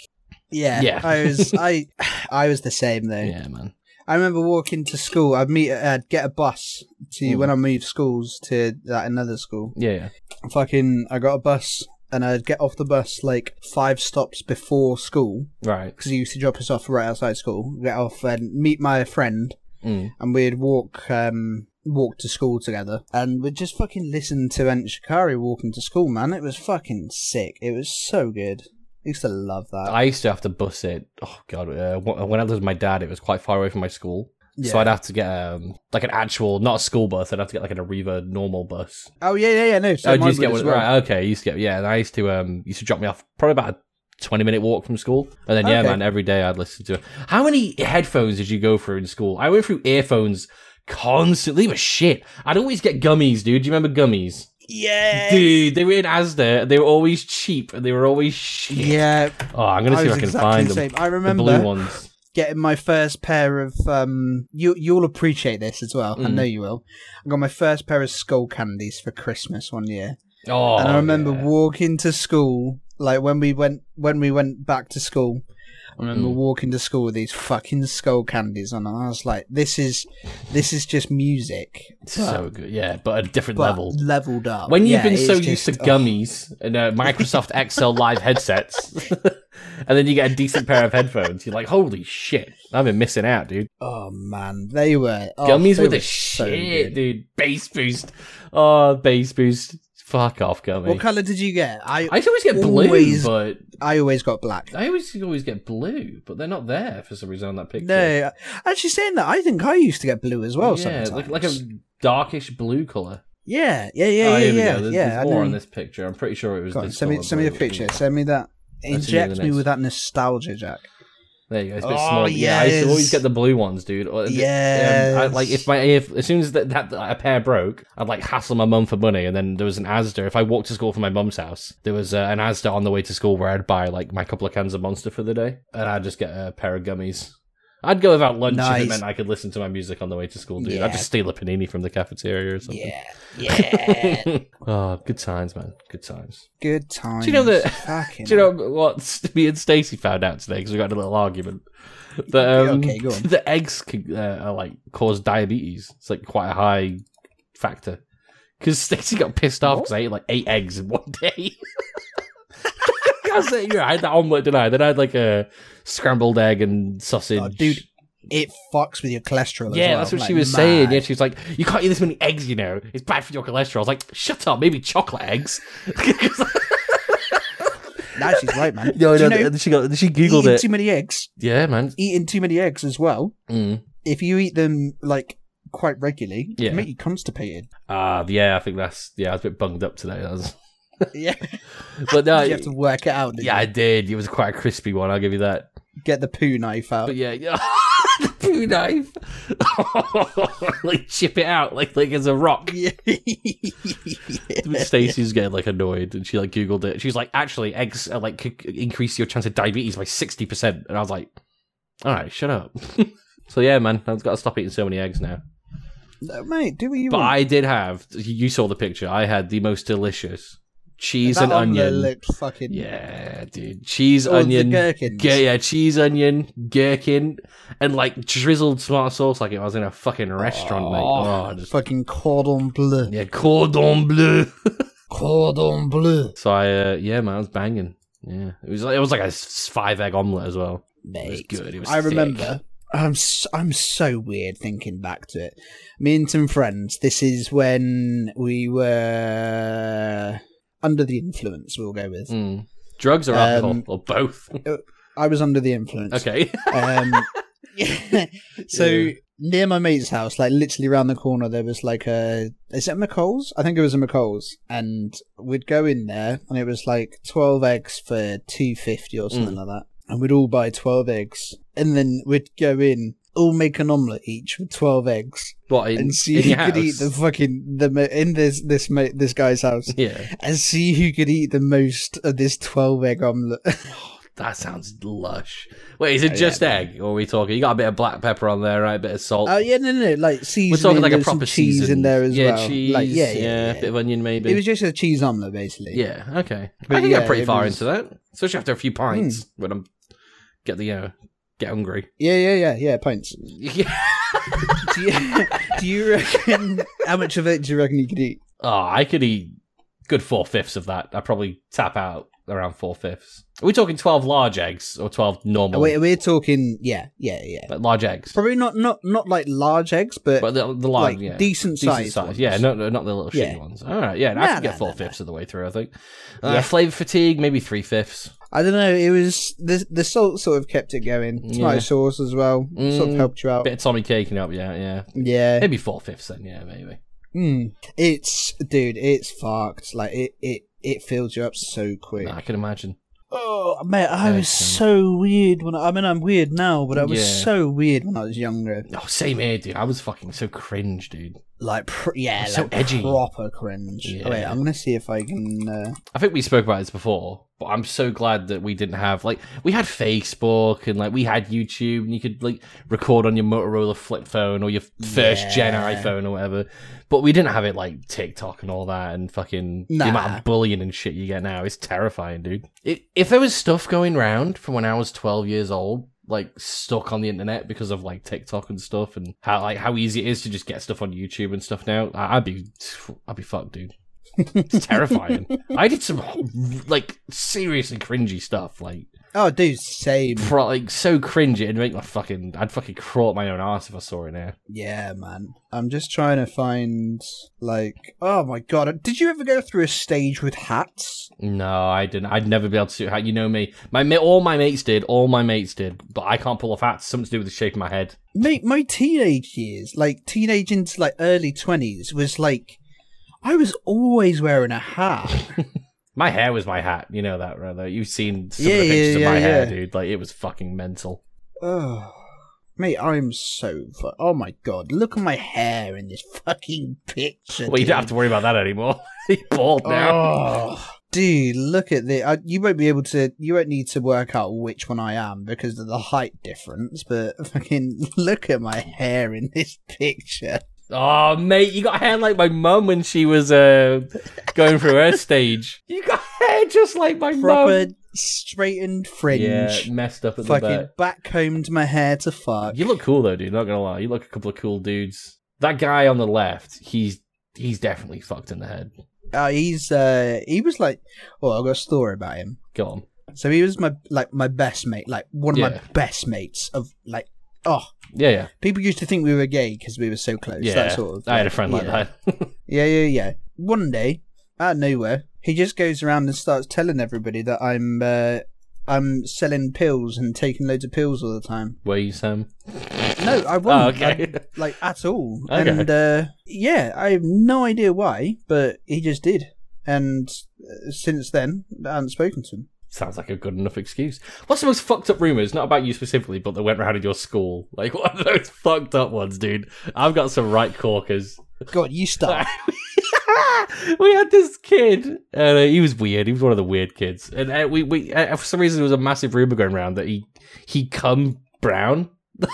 [SPEAKER 3] Yeah,
[SPEAKER 2] Yeah.
[SPEAKER 3] I
[SPEAKER 2] [LAUGHS]
[SPEAKER 3] was I I was the same though.
[SPEAKER 2] Yeah, man.
[SPEAKER 1] I remember walking to school. I'd meet, I'd get a bus to
[SPEAKER 2] Mm.
[SPEAKER 1] when I moved schools to like, another school.
[SPEAKER 2] Yeah, yeah.
[SPEAKER 1] Fucking, I got a bus and I'd get off the bus like five stops before school
[SPEAKER 2] Right.
[SPEAKER 1] because he used to drop us off right outside school. Get off and meet my friend,
[SPEAKER 2] Mm.
[SPEAKER 1] and we'd walk, um, walk to school together, and we'd just fucking listen to Ant Shikari walking to school. Man, it was fucking sick. It was so good. I used to love that.
[SPEAKER 2] I used to have to bus it. Oh god, uh, wh- when I lived with my dad, it was quite far away from my school, so
[SPEAKER 1] Yeah.
[SPEAKER 2] I'd have to get um, like an actual, not a school bus. I'd have to get like an Arriva normal bus.
[SPEAKER 1] oh yeah, yeah, yeah. No, so
[SPEAKER 2] oh, you
[SPEAKER 1] mine
[SPEAKER 2] used to
[SPEAKER 1] would
[SPEAKER 2] get
[SPEAKER 1] as
[SPEAKER 2] one,
[SPEAKER 1] well.
[SPEAKER 2] right? Okay, you used to get yeah. And I used to um, used to drop me off probably about a twenty minute walk from school, and then yeah,
[SPEAKER 1] Okay.
[SPEAKER 2] man, every day I'd listen to it. How many headphones did you go through in school? I went through earphones constantly. They were shit. I'd always get gummies, dude. Do you remember gummies?
[SPEAKER 3] Yeah,
[SPEAKER 2] Dude, they were in Asda. They were always cheap, and they were always shit.
[SPEAKER 1] Yeah,
[SPEAKER 2] Oh, I'm gonna see if I
[SPEAKER 1] was
[SPEAKER 2] can
[SPEAKER 1] exactly
[SPEAKER 2] find
[SPEAKER 1] the
[SPEAKER 2] them.
[SPEAKER 1] same. I
[SPEAKER 2] The
[SPEAKER 1] remember
[SPEAKER 2] blue ones.
[SPEAKER 1] getting my first pair of um you you'll appreciate this as well. I
[SPEAKER 2] Mm.
[SPEAKER 1] know you will. I got my first pair of skull candies for Christmas one year.
[SPEAKER 2] Oh,
[SPEAKER 1] and I remember
[SPEAKER 2] yeah.
[SPEAKER 1] walking to school like when we went when we went back to school. I remember
[SPEAKER 2] Mm.
[SPEAKER 1] walking to school with these fucking skull candies on and I was like this is this is just music.
[SPEAKER 2] Mm, so good. Yeah, but a different
[SPEAKER 1] But
[SPEAKER 2] level.
[SPEAKER 1] leveled up.
[SPEAKER 2] When you've
[SPEAKER 1] Yeah,
[SPEAKER 2] been
[SPEAKER 1] it's
[SPEAKER 2] so
[SPEAKER 1] just-
[SPEAKER 2] used to
[SPEAKER 1] oh,
[SPEAKER 2] gummies and uh, Microsoft Excel
[SPEAKER 1] [LAUGHS]
[SPEAKER 2] Live headsets, and then you get a decent pair of headphones, you're like, "Holy shit, I've been missing out, dude."
[SPEAKER 1] Oh man, they were oh,
[SPEAKER 2] gummies
[SPEAKER 1] they
[SPEAKER 2] with
[SPEAKER 1] were
[SPEAKER 2] a
[SPEAKER 1] so
[SPEAKER 2] shit,
[SPEAKER 1] good.
[SPEAKER 2] dude. Bass boost. Oh, bass boost. Fuck off, gummy.
[SPEAKER 1] What color did you get? I
[SPEAKER 2] I used to always get blue,
[SPEAKER 1] Always-
[SPEAKER 2] but
[SPEAKER 1] I always got black.
[SPEAKER 2] I always always get blue, but they're not there for some reason on that picture.
[SPEAKER 1] No, actually, saying that, I think I used to get blue as well.
[SPEAKER 2] yeah,
[SPEAKER 1] sometimes.
[SPEAKER 2] like, like a darkish blue color.
[SPEAKER 1] yeah, yeah, yeah,
[SPEAKER 2] oh,
[SPEAKER 1] yeah,
[SPEAKER 2] here we
[SPEAKER 1] yeah.
[SPEAKER 2] go. There's,
[SPEAKER 1] yeah
[SPEAKER 2] there's
[SPEAKER 1] I
[SPEAKER 2] more
[SPEAKER 1] know.
[SPEAKER 2] on this picture. I'm pretty sure it was.
[SPEAKER 1] Go on,
[SPEAKER 2] this
[SPEAKER 1] send me,
[SPEAKER 2] one,
[SPEAKER 1] send me the
[SPEAKER 2] but it was-
[SPEAKER 1] picture. Send me that.
[SPEAKER 2] you
[SPEAKER 1] Inject
[SPEAKER 2] the
[SPEAKER 1] me
[SPEAKER 2] next.
[SPEAKER 1] with that nostalgia, Jack.
[SPEAKER 2] There you go. It's a bit
[SPEAKER 1] Oh,
[SPEAKER 2] small. Yeah, I used to always
[SPEAKER 1] yes.
[SPEAKER 2] get the blue ones, dude. Or- um, I, like if my if as soon as that, that a pair broke, I'd like hassle my mum for money, and then there was an Asda. If I walked to school from my mum's house, there was uh, an Asda on the way to school where I'd buy like my couple of cans of Monster for the day, and I'd just get a pair of gummies. I'd go without lunch if
[SPEAKER 1] Nice.
[SPEAKER 2] it meant I could listen to my music on the way to school, dude.
[SPEAKER 3] Yeah.
[SPEAKER 2] I'd just steal a panini from the cafeteria or something.
[SPEAKER 3] yeah,
[SPEAKER 2] [LAUGHS]
[SPEAKER 3] yeah.
[SPEAKER 2] oh, good times, man. Good times.
[SPEAKER 1] Good time.
[SPEAKER 2] Do you know that-
[SPEAKER 1] Fucking
[SPEAKER 2] Do you know what [LAUGHS] me and Stacey found out today? Because we got in a little argument. [LAUGHS] That um,
[SPEAKER 1] Okay, go on.
[SPEAKER 2] the eggs can, uh, are like cause diabetes. It's like quite a high factor. Because Stacey got pissed off because I ate like eight eggs in one day. [LAUGHS] I was like, yeah, I had that omelette, didn't I? Then I had like a scrambled egg and sausage.
[SPEAKER 1] Oh, dude, it fucks with your cholesterol.
[SPEAKER 2] Yeah,
[SPEAKER 1] as well.
[SPEAKER 2] that's what
[SPEAKER 1] like,
[SPEAKER 2] she was saying. Yeah,
[SPEAKER 1] mad.
[SPEAKER 2] she was like, "You can't eat this many eggs, you know. It's bad for your cholesterol." I was like, "Shut up, maybe chocolate eggs." [LAUGHS]
[SPEAKER 1] [LAUGHS] Nah, she's right,
[SPEAKER 2] [LAUGHS]
[SPEAKER 1] man.
[SPEAKER 2] No,
[SPEAKER 1] Do
[SPEAKER 2] no,
[SPEAKER 1] you know,
[SPEAKER 2] she got she
[SPEAKER 1] eating too many eggs.
[SPEAKER 2] Yeah, man.
[SPEAKER 1] Eating too many eggs as well.
[SPEAKER 2] Mm.
[SPEAKER 1] If you eat them like quite regularly, it
[SPEAKER 2] Yeah.
[SPEAKER 1] can make you constipated.
[SPEAKER 2] Ah, yeah, I think that's yeah. I was a bit bunged up today, that was-
[SPEAKER 1] [LAUGHS]
[SPEAKER 2] [LAUGHS]
[SPEAKER 1] yeah,
[SPEAKER 2] but no,
[SPEAKER 1] you have to work it out. don't
[SPEAKER 2] Uh, yeah, I
[SPEAKER 1] you?
[SPEAKER 2] did. It was quite a crispy one. I'll give you that.
[SPEAKER 1] get the poo knife out.
[SPEAKER 2] But yeah, [LAUGHS] yeah. the poo knife, [LAUGHS] like chip it out like like as a rock.
[SPEAKER 1] [LAUGHS] Yeah.
[SPEAKER 2] Stacey's getting like annoyed, and she like googled it. She was like, "Actually, eggs are, like could increase your chance of diabetes by sixty percent." And I was like, "All right, shut up." [LAUGHS] so yeah, man, I've got to stop eating so many eggs now.
[SPEAKER 1] No, mate, do what you
[SPEAKER 2] But
[SPEAKER 1] want.
[SPEAKER 2] I did have. You saw the picture. I had the most delicious cheese
[SPEAKER 1] that
[SPEAKER 2] and
[SPEAKER 1] omelette
[SPEAKER 2] onion.
[SPEAKER 1] looked fucking
[SPEAKER 2] Yeah, dude. Cheese,
[SPEAKER 1] All
[SPEAKER 2] onion.
[SPEAKER 1] Oh, the gherkins.
[SPEAKER 2] gu- yeah, cheese, onion, gherkin, and like drizzled tomato sauce like it was in a fucking restaurant, mate. Oh, I just-
[SPEAKER 1] Fucking cordon bleu.
[SPEAKER 2] yeah, cordon bleu. [LAUGHS]
[SPEAKER 1] Cordon bleu.
[SPEAKER 2] so I, uh, yeah, man, I was banging. Yeah, it was like it was like a five egg omelet as well. It was
[SPEAKER 1] Mate,
[SPEAKER 2] good. It was
[SPEAKER 1] I
[SPEAKER 2] thick.
[SPEAKER 1] remember. I'm s am so weird thinking back to it. Me and some friends. This is when we were under the influence. We'll go with.
[SPEAKER 2] Mm. drugs or alcohol
[SPEAKER 1] Um,
[SPEAKER 2] or both. [LAUGHS]
[SPEAKER 1] I was under the influence.
[SPEAKER 2] okay. [LAUGHS]
[SPEAKER 1] Um, [LAUGHS] so
[SPEAKER 2] Yeah.
[SPEAKER 1] near my mate's house, like literally round the corner, there was like a is it McColl's? I think it was a McColl's, and we'd go in there, and it was like twelve eggs for two fifty or something like
[SPEAKER 2] Mm.
[SPEAKER 1] that, and we'd all buy twelve eggs, and then we'd go in. All make an omelette each with twelve eggs,
[SPEAKER 2] What in,
[SPEAKER 1] and see
[SPEAKER 2] in
[SPEAKER 1] who
[SPEAKER 2] your
[SPEAKER 1] could
[SPEAKER 2] house?
[SPEAKER 1] eat
[SPEAKER 2] [LAUGHS]
[SPEAKER 1] the fucking the mo- in this this ma- this guy's house,
[SPEAKER 2] yeah,
[SPEAKER 1] and see who could eat the most of this twelve egg omelette.
[SPEAKER 2] that sounds lush. Wait, is it
[SPEAKER 1] Oh, yeah,
[SPEAKER 2] just
[SPEAKER 1] man.
[SPEAKER 2] egg? Or are we talking? You got a bit of black pepper on there, right? A bit of salt.
[SPEAKER 1] Oh yeah, no, no, no, like seasoning.
[SPEAKER 2] We're talking like a
[SPEAKER 1] there's some
[SPEAKER 2] proper
[SPEAKER 1] cheese
[SPEAKER 2] seasoned-
[SPEAKER 1] in there as
[SPEAKER 2] yeah,
[SPEAKER 1] well.
[SPEAKER 2] Cheese,
[SPEAKER 1] like,
[SPEAKER 2] yeah, a bit of onion maybe.
[SPEAKER 1] It was just a cheese omelette, basically.
[SPEAKER 2] yeah, okay.
[SPEAKER 1] But
[SPEAKER 2] I can
[SPEAKER 1] yeah,
[SPEAKER 2] get pretty
[SPEAKER 1] it
[SPEAKER 2] far
[SPEAKER 1] was- Hmm.
[SPEAKER 2] into that, especially after a few pints when I'm Get the uh, get hungry.
[SPEAKER 1] Yeah, yeah, yeah, [LAUGHS] yeah. Pints.
[SPEAKER 2] Yeah.
[SPEAKER 1] do, you, [LAUGHS] do you reckon how much of it do you reckon you could eat?
[SPEAKER 2] Oh, I could eat good four fifths of that. I probably tap out around four fifths. Are we talking twelve large eggs or twelve normal?
[SPEAKER 1] Wait, we're talking. Yeah, yeah, yeah.
[SPEAKER 2] but large eggs.
[SPEAKER 1] Probably not not not like large eggs, but,
[SPEAKER 2] But the, the large,
[SPEAKER 1] like
[SPEAKER 2] yeah.
[SPEAKER 1] decent,
[SPEAKER 2] Decent
[SPEAKER 1] size.
[SPEAKER 2] size,
[SPEAKER 1] ones.
[SPEAKER 2] yeah, no, no, not the little shitty
[SPEAKER 1] Yeah.
[SPEAKER 2] ones. All right, yeah, I
[SPEAKER 1] Nah,
[SPEAKER 2] can
[SPEAKER 1] nah,
[SPEAKER 2] get
[SPEAKER 1] nah,
[SPEAKER 2] four fifths of the way through. I think uh,
[SPEAKER 1] Yeah.
[SPEAKER 2] flavor fatigue, maybe three fifths.
[SPEAKER 1] I don't know. It was the the salt sort of kept it going. Tomato
[SPEAKER 2] Yeah.
[SPEAKER 1] sauce as well sort of
[SPEAKER 2] Mm,
[SPEAKER 1] helped you out.
[SPEAKER 2] Bit of Tommy caking up, yeah, yeah,
[SPEAKER 1] Yeah,
[SPEAKER 2] maybe four fifths then, yeah, maybe.
[SPEAKER 1] Mm. It's dude, it's fucked. Like it, it, it fills you up so quick.
[SPEAKER 2] Nah, I can imagine.
[SPEAKER 1] Oh mate, I was
[SPEAKER 2] Excellent.
[SPEAKER 1] so weird when I, I mean I'm weird now, but I was
[SPEAKER 2] Yeah.
[SPEAKER 1] so weird when I was younger.
[SPEAKER 2] Oh, same here, dude. I was fucking so cringe, dude.
[SPEAKER 1] Like pr- yeah,
[SPEAKER 2] So
[SPEAKER 1] like
[SPEAKER 2] edgy.
[SPEAKER 1] proper cringe.
[SPEAKER 2] Yeah.
[SPEAKER 1] Wait, I'm gonna see if I can. Uh...
[SPEAKER 2] I think we spoke about this before, but I'm so glad that we didn't have like we had Facebook and like we had YouTube and you could like record on your Motorola flip phone or your first gen
[SPEAKER 1] Yeah.
[SPEAKER 2] iPhone or whatever. But we didn't have it like TikTok and all that and fucking
[SPEAKER 1] Nah.
[SPEAKER 2] the amount of bullying and shit you get now is terrifying, dude. If if there was stuff going round from when I was 12 years old, like stuck on the internet because of like TikTok and stuff and how like how easy it is to just get stuff on YouTube and stuff now, I- I'd be I'd be fucked, dude. It's terrifying. I did some like seriously cringy stuff, like
[SPEAKER 1] Oh, dude, same.
[SPEAKER 2] pro- like so cringy it'd make my fucking I'd fucking crawl up my own ass if I saw it now.
[SPEAKER 1] Yeah, man. I'm just trying to find like. Oh my god, did you ever go through a stage with hats?
[SPEAKER 2] No, I didn't. I'd never be able to. How you know me? My ma- all my mates did. All my mates did, but I can't pull off hats. Something to do with the shape of my head.
[SPEAKER 1] mate, my teenage years, like teenage into like early twenties, was like I was always wearing a hat.
[SPEAKER 2] My hair was my hat. You know that, right? Though You've seen some
[SPEAKER 1] Yeah,
[SPEAKER 2] of the
[SPEAKER 1] yeah,
[SPEAKER 2] pictures
[SPEAKER 1] yeah,
[SPEAKER 2] of my hair,
[SPEAKER 1] yeah.
[SPEAKER 2] dude. Like it was fucking mental.
[SPEAKER 1] oh, mate, I'm so fu- oh my god, look at my hair in this fucking picture.
[SPEAKER 2] Well, you don't have
[SPEAKER 1] dude.
[SPEAKER 2] to worry about that anymore. [LAUGHS] He's bald now.
[SPEAKER 1] Oh, dude, look at this. I, you won't be able to. You won't need to work out which one I am because of the height difference. But [LAUGHS] fucking look at my hair in this picture.
[SPEAKER 2] Oh, mate, you got hair like my mum when she was uh, going
[SPEAKER 1] [LAUGHS]
[SPEAKER 2] through her stage. You got hair just like my mum.
[SPEAKER 1] Proper straightened
[SPEAKER 2] Yeah,
[SPEAKER 1] fringe.
[SPEAKER 2] messed up at
[SPEAKER 1] fucking
[SPEAKER 2] the
[SPEAKER 1] backcombed my hair to fuck.
[SPEAKER 2] back. You look cool though, dude. Not gonna lie, you look a couple of cool dudes. That guy on the left, he's he's definitely fucked in the head.
[SPEAKER 1] Uh, he's uh, he was like, well, I've got a story about him.
[SPEAKER 2] Go on.
[SPEAKER 1] So he was my like my best mate, like one of my
[SPEAKER 2] Yeah.
[SPEAKER 1] best mates of like, oh,
[SPEAKER 2] Yeah, yeah,
[SPEAKER 1] people used to think we were gay because we were so close.
[SPEAKER 2] yeah.
[SPEAKER 1] that sort of.
[SPEAKER 2] I had a friend like
[SPEAKER 1] yeah.
[SPEAKER 2] that.
[SPEAKER 1] Yeah, yeah, yeah. One day, out of nowhere, he just goes around and starts telling everybody that I'm uh, I'm selling pills and taking loads of pills all the time.
[SPEAKER 2] Were you Sam?
[SPEAKER 1] No, I wasn't.
[SPEAKER 2] [LAUGHS] Oh,
[SPEAKER 1] I
[SPEAKER 2] okay.
[SPEAKER 1] like at all.
[SPEAKER 2] Okay.
[SPEAKER 1] And uh, yeah, I have no idea why, but he just did. And uh, since then, I haven't spoken to him.
[SPEAKER 2] Sounds like a good enough excuse. What's the most fucked up rumors? Not about you specifically, but that went around at your school. [LAUGHS] Like what are those fucked up ones, dude? I've got some right corkers.
[SPEAKER 1] God, you start.
[SPEAKER 2] [LAUGHS] we had this kid, and uh, he was weird. He was one of the weird kids, and uh, we we uh, for some reason there was a massive rumor going around that he he come brown,
[SPEAKER 1] That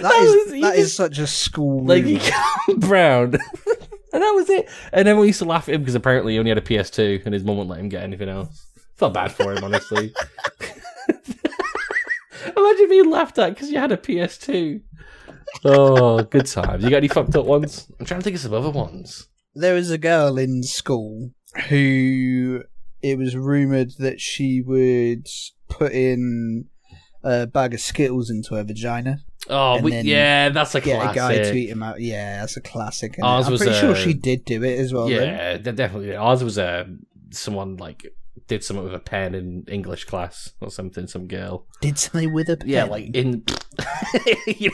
[SPEAKER 1] is
[SPEAKER 2] was- you
[SPEAKER 1] that is
[SPEAKER 2] just-
[SPEAKER 1] such a school.
[SPEAKER 2] like he [LAUGHS]
[SPEAKER 1] rumour.
[SPEAKER 2] come brown, and that was it. And everyone used to laugh at him because apparently he only had a PS2, and his mum wouldn't let him get anything else. Felt bad for him, honestly. [LAUGHS] Imagine being laughed at because you had a PS2. Oh, good times. You got any fucked up ones? I'm trying to think of some other ones.
[SPEAKER 1] there was a girl in school who it was rumored that she would put in a bag of skittles into her vagina.
[SPEAKER 2] Oh,
[SPEAKER 1] And
[SPEAKER 2] we,
[SPEAKER 1] then
[SPEAKER 2] yeah, that's a
[SPEAKER 1] Get
[SPEAKER 2] classic.
[SPEAKER 1] a guy to eat him out. Yeah, that's a classic. innit?
[SPEAKER 2] Ours
[SPEAKER 1] I'm
[SPEAKER 2] was,
[SPEAKER 1] pretty sure
[SPEAKER 2] uh,
[SPEAKER 1] she did do it as well. though.
[SPEAKER 2] yeah, de- definitely. Ours was uh, someone like did something with a pen in English class or something. Some girl.
[SPEAKER 1] did something with a pen.
[SPEAKER 2] Yeah, like in [LAUGHS] you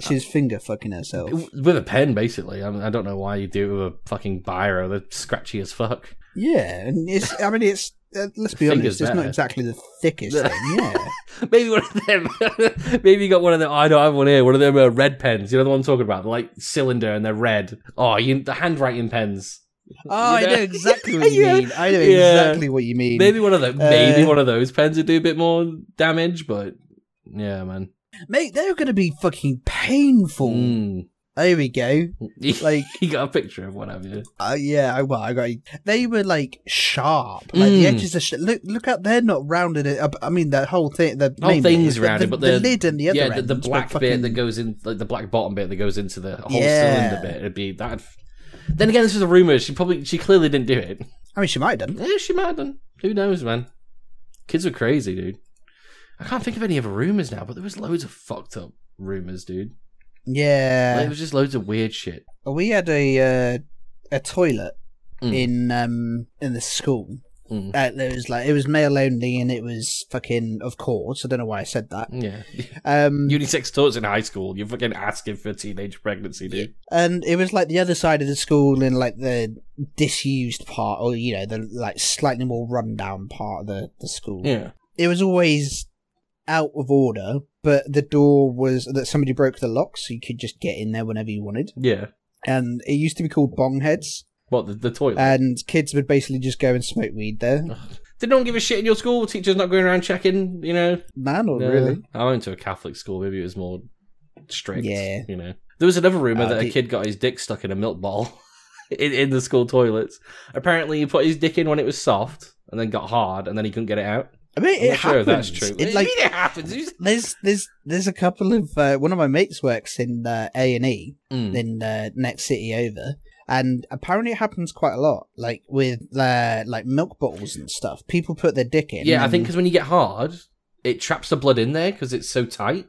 [SPEAKER 1] she's finger fucking herself.
[SPEAKER 2] know, with a pen, basically. I, mean, I don't know why you do it with a fucking biro. They're scratchy as fuck. [LAUGHS]
[SPEAKER 1] Yeah, and it's. I mean, it's. Uh, let's be honest,
[SPEAKER 2] Fingers
[SPEAKER 1] it's not
[SPEAKER 2] better.
[SPEAKER 1] exactly the
[SPEAKER 2] [LAUGHS]
[SPEAKER 1] thickest thing. Yeah,
[SPEAKER 2] Maybe one of them. [LAUGHS] Maybe you got one of them. I don't have one here. One of them uh, red pens. You know the one I'm talking about? They're like cylinder and they're red. Oh, you, the handwriting pens.
[SPEAKER 1] oh,
[SPEAKER 2] You
[SPEAKER 1] I know exactly
[SPEAKER 2] [LAUGHS]
[SPEAKER 1] what you
[SPEAKER 2] Yeah.
[SPEAKER 1] mean. I know
[SPEAKER 2] Yeah.
[SPEAKER 1] exactly what you mean.
[SPEAKER 2] Maybe one of the maybe
[SPEAKER 1] Uh,
[SPEAKER 2] one of those pens would do a bit more damage, but yeah, man.
[SPEAKER 1] mate, they're going to be fucking painful.
[SPEAKER 2] Mm. [LAUGHS]
[SPEAKER 1] There we go. Like,
[SPEAKER 2] you got a picture of one, have you?
[SPEAKER 1] uh, yeah, I well, I got. They were like sharp. Like the
[SPEAKER 2] Mm.
[SPEAKER 1] edges are. Sh- look, look up. They're not rounded. It up. I mean, the whole thing. The
[SPEAKER 2] whole
[SPEAKER 1] main bit
[SPEAKER 2] thing's
[SPEAKER 1] is
[SPEAKER 2] rounded,
[SPEAKER 1] the,
[SPEAKER 2] but
[SPEAKER 1] the,
[SPEAKER 2] the-
[SPEAKER 1] lid and the other
[SPEAKER 2] yeah, the, the
[SPEAKER 1] ends were
[SPEAKER 2] black bit
[SPEAKER 1] fucking-
[SPEAKER 2] that goes in, like the black bottom bit that goes into the whole
[SPEAKER 1] Yeah.
[SPEAKER 2] cylinder bit. It'd be that. Then again, this was a rumor. She probably, she clearly didn't do it.
[SPEAKER 1] I mean, she might have done.
[SPEAKER 2] Yeah, she might have done. Who knows, man? Kids were crazy, dude. I can't think of any other rumors now, but there was loads of fucked up rumors, dude. Like,
[SPEAKER 1] Yeah.
[SPEAKER 2] there was just loads of weird shit.
[SPEAKER 1] we had a uh, a toilet
[SPEAKER 2] Mm.
[SPEAKER 1] in um in the school.
[SPEAKER 2] Mm.
[SPEAKER 1] Uh, it was like it was male only, and it was fucking. Of course, I don't know why I said that.
[SPEAKER 2] Yeah,
[SPEAKER 1] Um,
[SPEAKER 2] [LAUGHS] unisex toilets in high school. You're fucking asking for teenage pregnancy, dude.
[SPEAKER 1] and it was like the other side of the school in like the disused part, or you know, the like slightly more rundown part of the the school.
[SPEAKER 2] Yeah,
[SPEAKER 1] it was always out of order, but the door was that somebody broke the lock, so you could just get in there whenever you wanted.
[SPEAKER 2] yeah.
[SPEAKER 1] And it used to be called bong heads,
[SPEAKER 2] What the, the toilet?
[SPEAKER 1] and kids would basically just go and smoke weed there.
[SPEAKER 2] Did no one give a shit in your school? Teachers not going around checking, you know?
[SPEAKER 1] Man, or
[SPEAKER 2] No.
[SPEAKER 1] Oh, really?
[SPEAKER 2] I went to a Catholic school. Maybe it was more strict.
[SPEAKER 1] Yeah.
[SPEAKER 2] You know, there was another rumor
[SPEAKER 1] Uh,
[SPEAKER 2] that a
[SPEAKER 1] the-
[SPEAKER 2] kid got his dick stuck in a milk bottle [LAUGHS] in, in the school toilets. Apparently, he put his dick in when it was soft and then got hard, and then he couldn't get it out.
[SPEAKER 1] I mean,
[SPEAKER 2] I'm
[SPEAKER 1] it
[SPEAKER 2] not sure if that's
[SPEAKER 1] happens.
[SPEAKER 2] true.
[SPEAKER 1] It, like
[SPEAKER 2] I mean, [LAUGHS] it happens. Who's-
[SPEAKER 1] there's there's there's a couple of uh, one of my mates works in A and E,
[SPEAKER 2] Mm.
[SPEAKER 1] in the next city over. And apparently, it happens quite a lot, like with uh, like milk bottles and stuff. People put their dick in.
[SPEAKER 2] Yeah, I think
[SPEAKER 1] and-
[SPEAKER 2] because when you get hard, it traps the blood in there because it's so tight.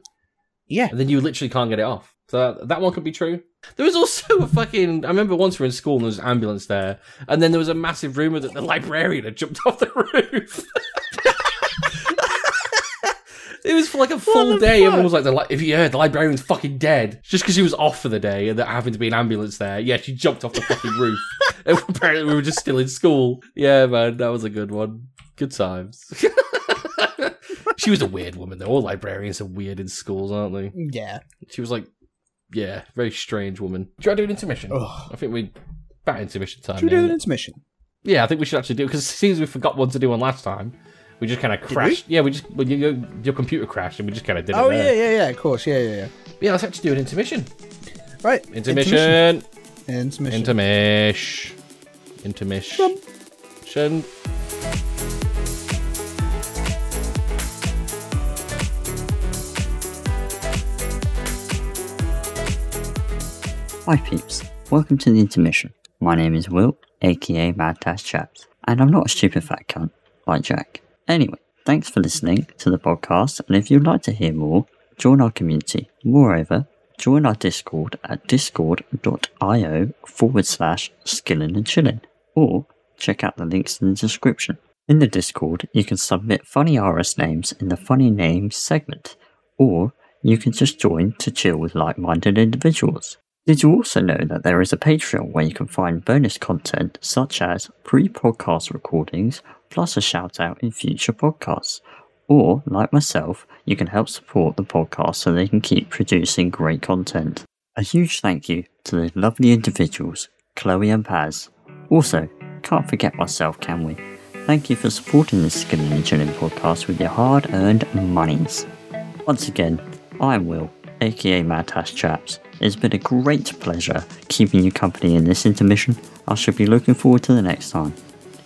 [SPEAKER 1] yeah,
[SPEAKER 2] and then you literally can't get it off. So that, that one could be true. There was also a fucking. I remember once we were in school and there was an ambulance there, and then there was a massive rumor that the librarian had jumped [LAUGHS] off the roof. it was for like a full
[SPEAKER 1] the
[SPEAKER 2] day.
[SPEAKER 1] fuck?
[SPEAKER 2] Everyone was like, "The li- if you heard, the librarian's fucking dead," just because she was off for the day and there happened to be an ambulance there. Yeah, she jumped off the
[SPEAKER 1] [LAUGHS]
[SPEAKER 2] fucking roof. And [LAUGHS] apparently, we were just still in school. Yeah, man, that was a good one. Good times. [LAUGHS] she was a weird woman though. All librarians are weird in schools, aren't they?
[SPEAKER 1] yeah.
[SPEAKER 2] She was like, yeah, very strange woman. Do you want to do an intermission?
[SPEAKER 1] Ugh.
[SPEAKER 2] I think we bat intermission time.
[SPEAKER 1] Should we do
[SPEAKER 2] now,
[SPEAKER 1] an
[SPEAKER 2] innit?
[SPEAKER 1] intermission?
[SPEAKER 2] Yeah, I think we should actually do because it seems we forgot one to do one last time. We just kind of crashed. Yeah, we just well, you, your, your computer crashed and we just kind of did
[SPEAKER 1] Oh
[SPEAKER 2] it.
[SPEAKER 1] yeah,
[SPEAKER 2] there.
[SPEAKER 1] yeah, yeah. Of course, yeah, yeah, yeah.
[SPEAKER 2] yeah. Let's actually do an intermission.
[SPEAKER 1] Right.
[SPEAKER 2] Intermission.
[SPEAKER 1] Intermission. Intermission.
[SPEAKER 2] Intermish. Intermission. Intermission.
[SPEAKER 4] Hi peeps, welcome to the intermission. My name is Will, aka Mad Dash Chaps, and I'm not a stupid fat cunt like Jack. Anyway, thanks for listening to the podcast, and if you'd like to hear more, join our community. Moreover, join our Discord at discord.io forward slash skillin' and chillin', or check out the links in the description. In the Discord, you can submit funny RS names in the funny names segment, or you can just join to chill with like minded individuals. Did you also know that there is a Patreon where you can find bonus content such as pre podcast recordings plus a shout out in future podcasts? Or, like myself, you can help support the podcast so they can keep producing great content. A huge thank you to the lovely individuals, Chloe and Paz. Also, can't forget myself, can we? Thank you for supporting this Skin and Chilling podcast with your hard earned monies. Once again, I'm Will, aka Madtash Chaps. It's been a great pleasure keeping you company in this intermission. I shall be looking forward to the next time.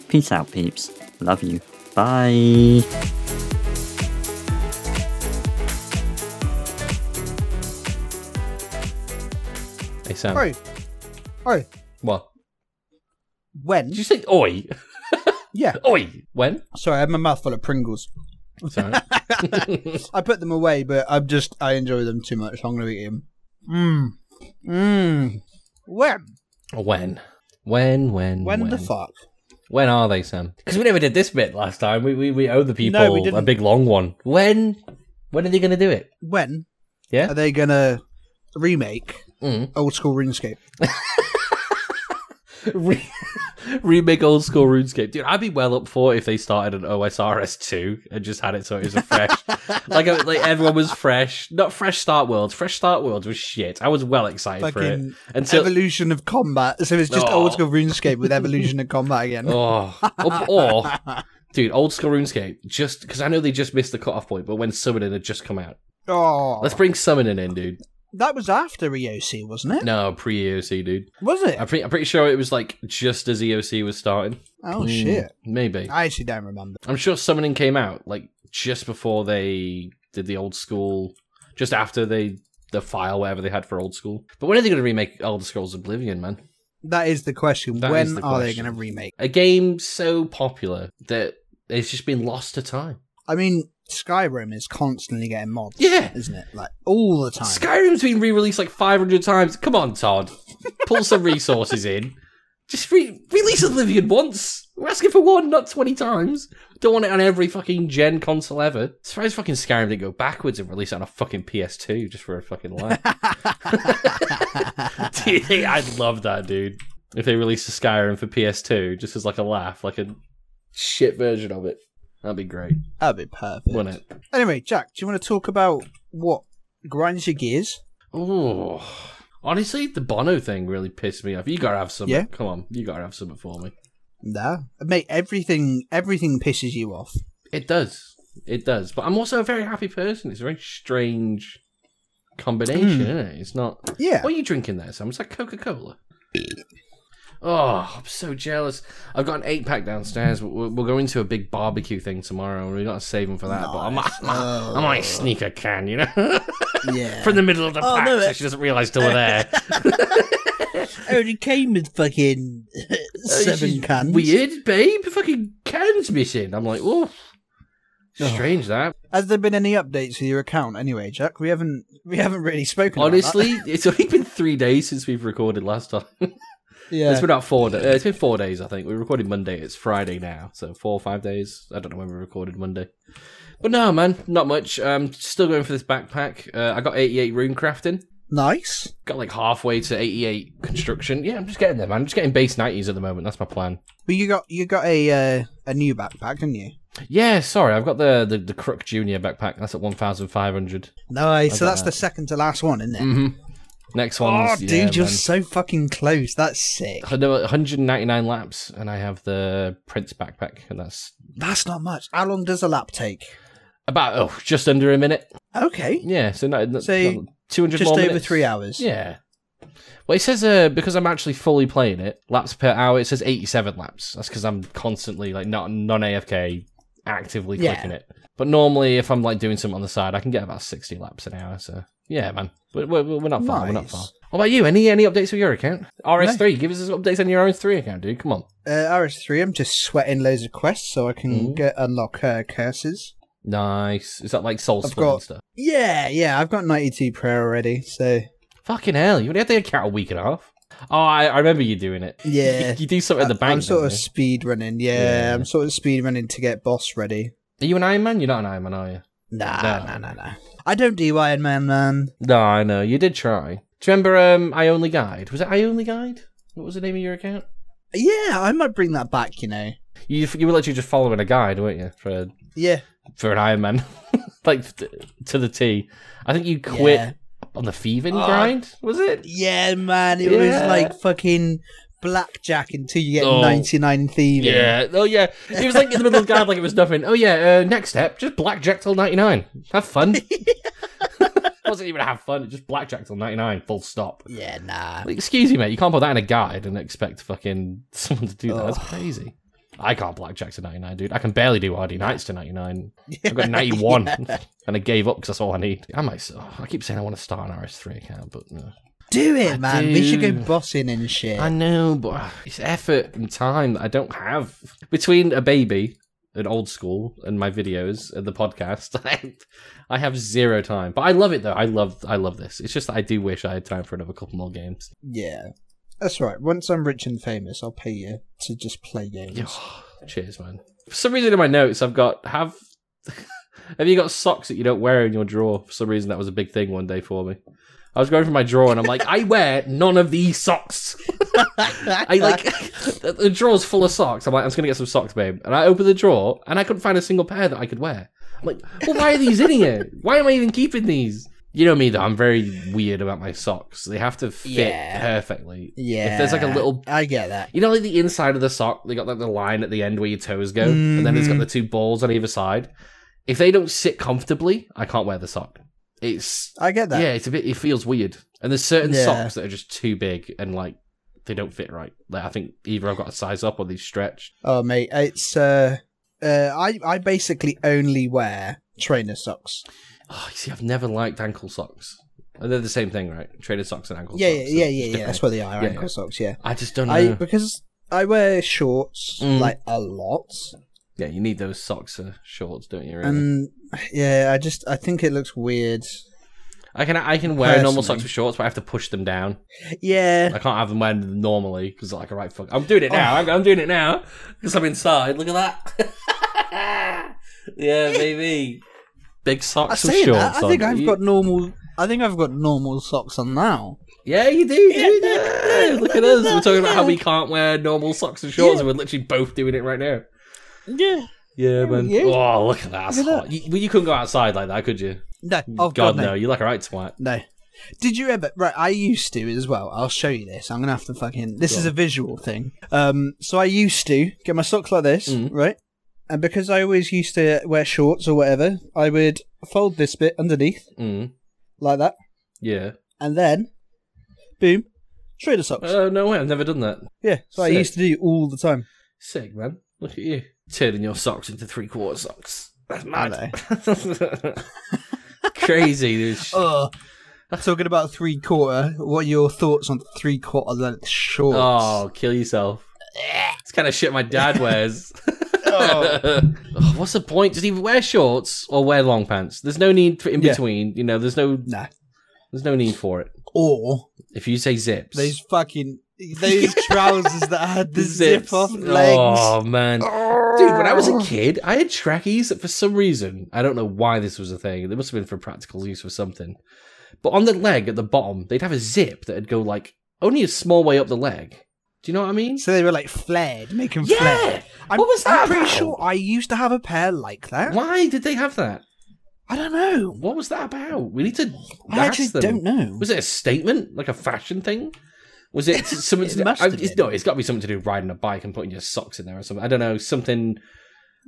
[SPEAKER 4] Peace out, peeps. Love you. Bye.
[SPEAKER 2] Hey Sam.
[SPEAKER 1] Bro, bro,
[SPEAKER 2] What?
[SPEAKER 1] when?
[SPEAKER 2] Did you say oi?
[SPEAKER 1] Yeah.
[SPEAKER 2] Oi. [LAUGHS] When?
[SPEAKER 5] Sorry, I had my mouth full of Pringles.
[SPEAKER 2] Sorry.
[SPEAKER 5] I put them away, but I'm just I enjoy them too much. so I'm gonna eat them. Mmm. Mmm. When?
[SPEAKER 2] when? When? When?
[SPEAKER 5] When the fuck?
[SPEAKER 2] When are they, Sam? Because we never did this bit last time. We we, we owe the people
[SPEAKER 5] we didn't.
[SPEAKER 2] a big long one. When? When are they going to do it?
[SPEAKER 5] When?
[SPEAKER 2] Yeah?
[SPEAKER 5] Are they gonna remake
[SPEAKER 2] Mm.
[SPEAKER 5] old school RuneScape?
[SPEAKER 2] [LAUGHS] Re- remake old school RuneScape, dude. I'd be well up for it if they started an OSRS two and just had it so it was a fresh, [LAUGHS] like a, like everyone was fresh. Not fresh start worlds. Fresh start worlds was shit. I was well excited for it
[SPEAKER 5] Fucking
[SPEAKER 2] until
[SPEAKER 5] evolution of combat. So it's just
[SPEAKER 2] Oh.
[SPEAKER 5] old school RuneScape with evolution of combat
[SPEAKER 2] [LAUGHS]
[SPEAKER 5] again.
[SPEAKER 2] [LAUGHS] Oh, Or- or, dude, old school RuneScape. Just because I know they just missed the cutoff point, but when Summoning had just come out,
[SPEAKER 5] Oh.
[SPEAKER 2] let's bring Summoning in, dude.
[SPEAKER 1] That was after EOC, wasn't it?
[SPEAKER 2] No, pre EOC, dude.
[SPEAKER 1] Was it?
[SPEAKER 2] I'm pretty, I'm pretty sure it was like just as EOC was starting.
[SPEAKER 1] Oh
[SPEAKER 2] Mm,
[SPEAKER 1] shit!
[SPEAKER 2] Maybe.
[SPEAKER 1] I actually don't remember.
[SPEAKER 2] I'm sure summoning came out like just before they did the old school, just after they the file whatever they had for old school. But when are they going to remake Elder Scrolls Oblivion, man?
[SPEAKER 1] That is the question.
[SPEAKER 2] That
[SPEAKER 1] when
[SPEAKER 2] is the
[SPEAKER 1] are they
[SPEAKER 2] question.
[SPEAKER 1] going to remake?
[SPEAKER 2] A game so popular that it's just been lost to time.
[SPEAKER 1] I mean, Skyrim is constantly getting mods.
[SPEAKER 2] Yeah.
[SPEAKER 1] isn't it? Like all the time.
[SPEAKER 2] Skyrim's been re-released like 500 times. Come on, Todd, pull some resources in. Just re- release Oblivion once. We're asking for one, not 20 times. Don't want it on every fucking gen console ever. As far as fucking Skyrim didn't go backwards and release it on a fucking PS2 just for a fucking laugh.
[SPEAKER 1] [LAUGHS]
[SPEAKER 2] Do you think I'd love that, dude? If they released a Skyrim for PS2, just as like a laugh, like a shit version of it, that'd be great,
[SPEAKER 1] That'd be perfect.
[SPEAKER 2] wouldn't it?
[SPEAKER 1] Anyway, Jack, do you want to talk about what grinds your gears?
[SPEAKER 2] Oh, honestly, the Bono thing really pissed me off. You gotta have some.
[SPEAKER 1] Yeah.
[SPEAKER 2] Come on, you gotta have something for me.
[SPEAKER 1] No, mate. Everything, everything pisses you off.
[SPEAKER 2] It does, it does. But I'm also a very happy person. It's a very strange combination,
[SPEAKER 1] Hmm.
[SPEAKER 2] isn't it? It's not.
[SPEAKER 1] Yeah.
[SPEAKER 2] What are you drinking there, Sam? It's like Coca Cola. oh, I'm so jealous. I've got an eight pack downstairs. but We're, we're going to a big barbecue thing tomorrow, and we're not saving for that. But I might, I might, [LAUGHS] I might sneak a can, you know, [LAUGHS]
[SPEAKER 1] Oh, Yeah.
[SPEAKER 2] from the middle of the
[SPEAKER 1] Oh,
[SPEAKER 2] pack,
[SPEAKER 1] no,
[SPEAKER 2] so
[SPEAKER 1] it-
[SPEAKER 2] she doesn't realise till we're
[SPEAKER 1] [LAUGHS]
[SPEAKER 2] there.
[SPEAKER 1] I only came with
[SPEAKER 2] [LAUGHS]
[SPEAKER 1] fucking [LAUGHS]
[SPEAKER 2] She's Weird, babe. Fucking can's missing. I'm like, oh,
[SPEAKER 1] Oh.
[SPEAKER 2] strange that.
[SPEAKER 1] Has there been any updates to your account anyway, Jack? We haven't, we haven't really spoken. about
[SPEAKER 2] Honestly, it's only been three days since we've recorded last time. [LAUGHS]
[SPEAKER 1] that. yeah.
[SPEAKER 2] It's been about four. da- uh, it's been four days, I think. We recorded Monday. It's Friday now, so four or five days. I don't know when we recorded Monday, but no, man, not much. Um, still going for this backpack. Uh, I got 88 rune crafting.
[SPEAKER 1] nice.
[SPEAKER 2] Got like halfway to 88 construction. Yeah, I'm just getting there, man. I'm just getting base 90s at the moment. That's my plan.
[SPEAKER 1] But you got, you got a uh, a new backpack, didn't you?
[SPEAKER 2] Yeah, sorry, I've got the the, the Crook Junior backpack. That's at 1,500.
[SPEAKER 1] Nice. So
[SPEAKER 2] got
[SPEAKER 1] that's the second to last one, isn't it?
[SPEAKER 2] hmm Next one.
[SPEAKER 1] Oh, dude, you're so fucking close. That's sick.
[SPEAKER 2] 199 laps, and I have the Prince backpack, and that's
[SPEAKER 1] That's not much. How long does a lap take?
[SPEAKER 2] about oh, just under a minute.
[SPEAKER 1] Okay,
[SPEAKER 2] Yeah, so not, not,
[SPEAKER 1] So,
[SPEAKER 2] not 200
[SPEAKER 1] just
[SPEAKER 2] more
[SPEAKER 1] over
[SPEAKER 2] minutes.
[SPEAKER 1] three hours.
[SPEAKER 2] Yeah. Well, it says uh, because I'm actually fully playing it, laps per hour. It says 87 laps. That's because I'm constantly like not non AFK, actively
[SPEAKER 1] Yeah.
[SPEAKER 2] clicking it. But normally, if I'm like doing something on the side, I can get about 60 laps an hour. So yeah, man, we're, we're, we're not far. We're not
[SPEAKER 1] Nice.
[SPEAKER 2] far. What about you? Any any updates with your account? RS3, give us updates on your RS3 account, dude. Come on.
[SPEAKER 1] Uh, RS3, I'm just sweating loads of quests so I can
[SPEAKER 2] Mhm.
[SPEAKER 1] get, unlock uh, curses.
[SPEAKER 2] Nice. Is that like soul
[SPEAKER 1] I've
[SPEAKER 2] split and
[SPEAKER 1] got-
[SPEAKER 2] stuff?
[SPEAKER 1] Yeah, yeah, I've got 92 prayer already, so
[SPEAKER 2] Fucking hell, you only had the account a week and a half. Oh, I, I remember you doing it.
[SPEAKER 1] Yeah.
[SPEAKER 2] [LAUGHS] You, you do something at the
[SPEAKER 1] I-
[SPEAKER 2] bank.
[SPEAKER 1] I'm sort of
[SPEAKER 2] don't
[SPEAKER 1] speed running. Yeah,
[SPEAKER 2] Yeah.
[SPEAKER 1] I'm sort of speed running to get boss ready.
[SPEAKER 2] you? Are you an Iron Man? You're not an Iron Man, are you?
[SPEAKER 1] Nah,
[SPEAKER 2] No.
[SPEAKER 1] nah, nah, nah. I don't do Iron Man, man.
[SPEAKER 2] No, I know. You did try. Do you remember um, I Only Guide? Was it I Only Guide? What was the name of your account?
[SPEAKER 1] Yeah, I might bring that back, you know.
[SPEAKER 2] You you were literally just following a guide, weren't you, for
[SPEAKER 1] Yeah,
[SPEAKER 2] for an Iron Man, [LAUGHS] like t- to the T. I think you quit
[SPEAKER 1] Yeah.
[SPEAKER 2] on the thieving
[SPEAKER 1] Oh.
[SPEAKER 2] grind. Was it?
[SPEAKER 1] yeah, man. It
[SPEAKER 2] Yeah.
[SPEAKER 1] was like fucking blackjack until you get
[SPEAKER 2] Oh.
[SPEAKER 1] 99 thieving.
[SPEAKER 2] Yeah. Oh yeah. It was like in the middle of the guide, like it was nothing. Oh yeah. Uh, next step, just blackjack till ninety nine. Have fun. [LAUGHS] Wasn't even have fun. Just blackjack till ninety nine. Full stop.
[SPEAKER 1] Yeah, nah.
[SPEAKER 2] Like, Excuse me, mate. You can't put that in a guide and expect fucking [LAUGHS] someone to do that. That's crazy. I can't blackjack to 99, dude. I can barely do RD nights to 99. I've got 91 and I gave up because that's all I need. I might, so I keep saying I want to start an RS3 account, but no.
[SPEAKER 1] [LAUGHS] Do it, man. We should go
[SPEAKER 2] do.
[SPEAKER 1] bossing and shit.
[SPEAKER 2] I know, but it's effort and time that I don't have. Between a baby and old school and my videos and the podcast, [LAUGHS] I have zero time. But I love it though. I love I love this. It's just that I do wish I had time for another couple more games.
[SPEAKER 1] Yeah. That's right. Once I'm rich and famous, I'll pay you to just play games.
[SPEAKER 2] [SIGHS] Cheers, man. For some reason in my notes I've got have [LAUGHS] have you got socks that you don't wear in your drawer? For some reason that was a big thing one day for me. I was going through my drawer and I'm like, I wear none of these socks. [LAUGHS] I
[SPEAKER 1] [LAUGHS]
[SPEAKER 2] like [LAUGHS] the- the drawer's full of socks. I'm like, I'm just gonna get some socks, babe. And I open the drawer and I couldn't find a single pair that I could wear. I'm like, well, why are these in here? Why am I even keeping these? You know me though. I'm very weird about my socks. They have to fit
[SPEAKER 1] Yeah.
[SPEAKER 2] perfectly.
[SPEAKER 1] Yeah.
[SPEAKER 2] If there's like a little,
[SPEAKER 1] I get that.
[SPEAKER 2] you know, like the inside of the sock, they got like the line at the end where your toes go, and then it's got the two balls on either side. If they don't sit comfortably, I can't wear the sock. It's
[SPEAKER 1] I get that.
[SPEAKER 2] yeah, it's a bit. It feels weird. And there's certain
[SPEAKER 1] Yeah.
[SPEAKER 2] socks that are just too big and like they don't fit right. Like I think either I've got a size up or these stretched.
[SPEAKER 1] Oh mate, it's uh, uh, I I basically only wear trainer socks.
[SPEAKER 2] Oh, you see, I've never liked ankle socks. And They're the same thing, right? Trainer socks and ankle
[SPEAKER 1] Yeah,
[SPEAKER 2] socks.
[SPEAKER 1] yeah, yeah, yeah,
[SPEAKER 2] are just
[SPEAKER 1] yeah.
[SPEAKER 2] different.
[SPEAKER 1] That's what they are.
[SPEAKER 2] [LAUGHS] Yeah,
[SPEAKER 1] ankle
[SPEAKER 2] yeah.
[SPEAKER 1] socks. Yeah.
[SPEAKER 2] I just don't know.
[SPEAKER 1] I because I wear shorts
[SPEAKER 2] Mm.
[SPEAKER 1] like a lot.
[SPEAKER 2] Yeah, you need those socks or shorts, don't you? Really?
[SPEAKER 1] And yeah, I just I think it looks weird.
[SPEAKER 2] I can I can wear normal
[SPEAKER 1] Personally.
[SPEAKER 2] socks with shorts, but I have to push them down.
[SPEAKER 1] Yeah, Oh.
[SPEAKER 2] I can't have them wearing them normally because like, all right, fuck, I'm doing it now. I'm, I'm doing it now because I'm inside. Look at that. [LAUGHS] yeah, baby. Big
[SPEAKER 1] I
[SPEAKER 2] socks with
[SPEAKER 1] say
[SPEAKER 2] shorts.
[SPEAKER 1] that. I think
[SPEAKER 2] on.
[SPEAKER 1] I've
[SPEAKER 2] You-
[SPEAKER 1] got normal. I think I've got normal socks on now.
[SPEAKER 2] Yeah, you do. dude. Yeah, Look at us. We're talking about how we can't wear normal socks and shorts, and we're literally both doing it right now.
[SPEAKER 1] Yeah.
[SPEAKER 2] Yeah, man.
[SPEAKER 1] yeah.
[SPEAKER 2] Oh, look at that. That's
[SPEAKER 1] Look at
[SPEAKER 2] hot. You, well, you couldn't go outside like that, could you?
[SPEAKER 1] No. Oh
[SPEAKER 2] Hmm, God, no.
[SPEAKER 1] no.
[SPEAKER 2] You're like a right twat.
[SPEAKER 1] No. Did you ever? Right, I used to as well. I'll show you this. I'm gonna have to fucking. This
[SPEAKER 2] Go
[SPEAKER 1] is
[SPEAKER 2] on.
[SPEAKER 1] a visual thing. Um, so I used to get my socks like this,
[SPEAKER 2] Mm.
[SPEAKER 1] right? And because I always used to wear shorts or whatever, I would fold this bit underneath
[SPEAKER 2] Mm,
[SPEAKER 1] like that,
[SPEAKER 2] yeah.
[SPEAKER 1] and then, boom, trader socks.
[SPEAKER 2] Oh, no way. I've never done that.
[SPEAKER 1] yeah, so I
[SPEAKER 2] sick.
[SPEAKER 1] used to do all the time.
[SPEAKER 2] Sick, man. Look at you. Turning your socks into three quarter socks. That's mad. [LAUGHS] Crazy. [LAUGHS] There's-
[SPEAKER 1] Oh, talking about three quarter. What are your thoughts on three quarter length shorts?
[SPEAKER 2] Oh, kill [LAUGHS] yourself. It's kind of shit my dad wears. [LAUGHS] Oh, What's the point? Just either wear shorts or wear long pants. There's no need for in
[SPEAKER 1] Yeah.
[SPEAKER 2] between. You know, there's no
[SPEAKER 1] [LAUGHS] Nah.
[SPEAKER 2] there's no need for it.
[SPEAKER 1] Or
[SPEAKER 2] If you
[SPEAKER 1] [LAUGHS]
[SPEAKER 2] say zips,
[SPEAKER 1] those fucking
[SPEAKER 2] [LAUGHS]
[SPEAKER 1] those trousers that had the zip off legs. Oh.
[SPEAKER 2] Oh man, dude! When I was a kid, I had trackies that for some reason I don't know why this was a thing. They must have been for practical use or something. But on the leg at the bottom, they'd have a zip that'd go like only a small way up the leg. Do you know what I mean?
[SPEAKER 1] So they were like flared, making
[SPEAKER 2] Yeah!
[SPEAKER 1] flared. I'm,
[SPEAKER 2] What was
[SPEAKER 1] I'm
[SPEAKER 2] that
[SPEAKER 1] pretty
[SPEAKER 2] about?
[SPEAKER 1] sure I used to have a pair like that.
[SPEAKER 2] Why did they have that?
[SPEAKER 1] I don't know.
[SPEAKER 2] What was that about? We need to.
[SPEAKER 1] I actually
[SPEAKER 2] ask them.
[SPEAKER 1] don't know.
[SPEAKER 2] Was it a statement, like a fashion thing? Was it something
[SPEAKER 1] It
[SPEAKER 2] to do?
[SPEAKER 1] must
[SPEAKER 2] I-
[SPEAKER 1] have
[SPEAKER 2] it's,
[SPEAKER 1] been.
[SPEAKER 2] no, it's got to be something to do with riding a bike and putting your socks in there or something. I don't know. Something.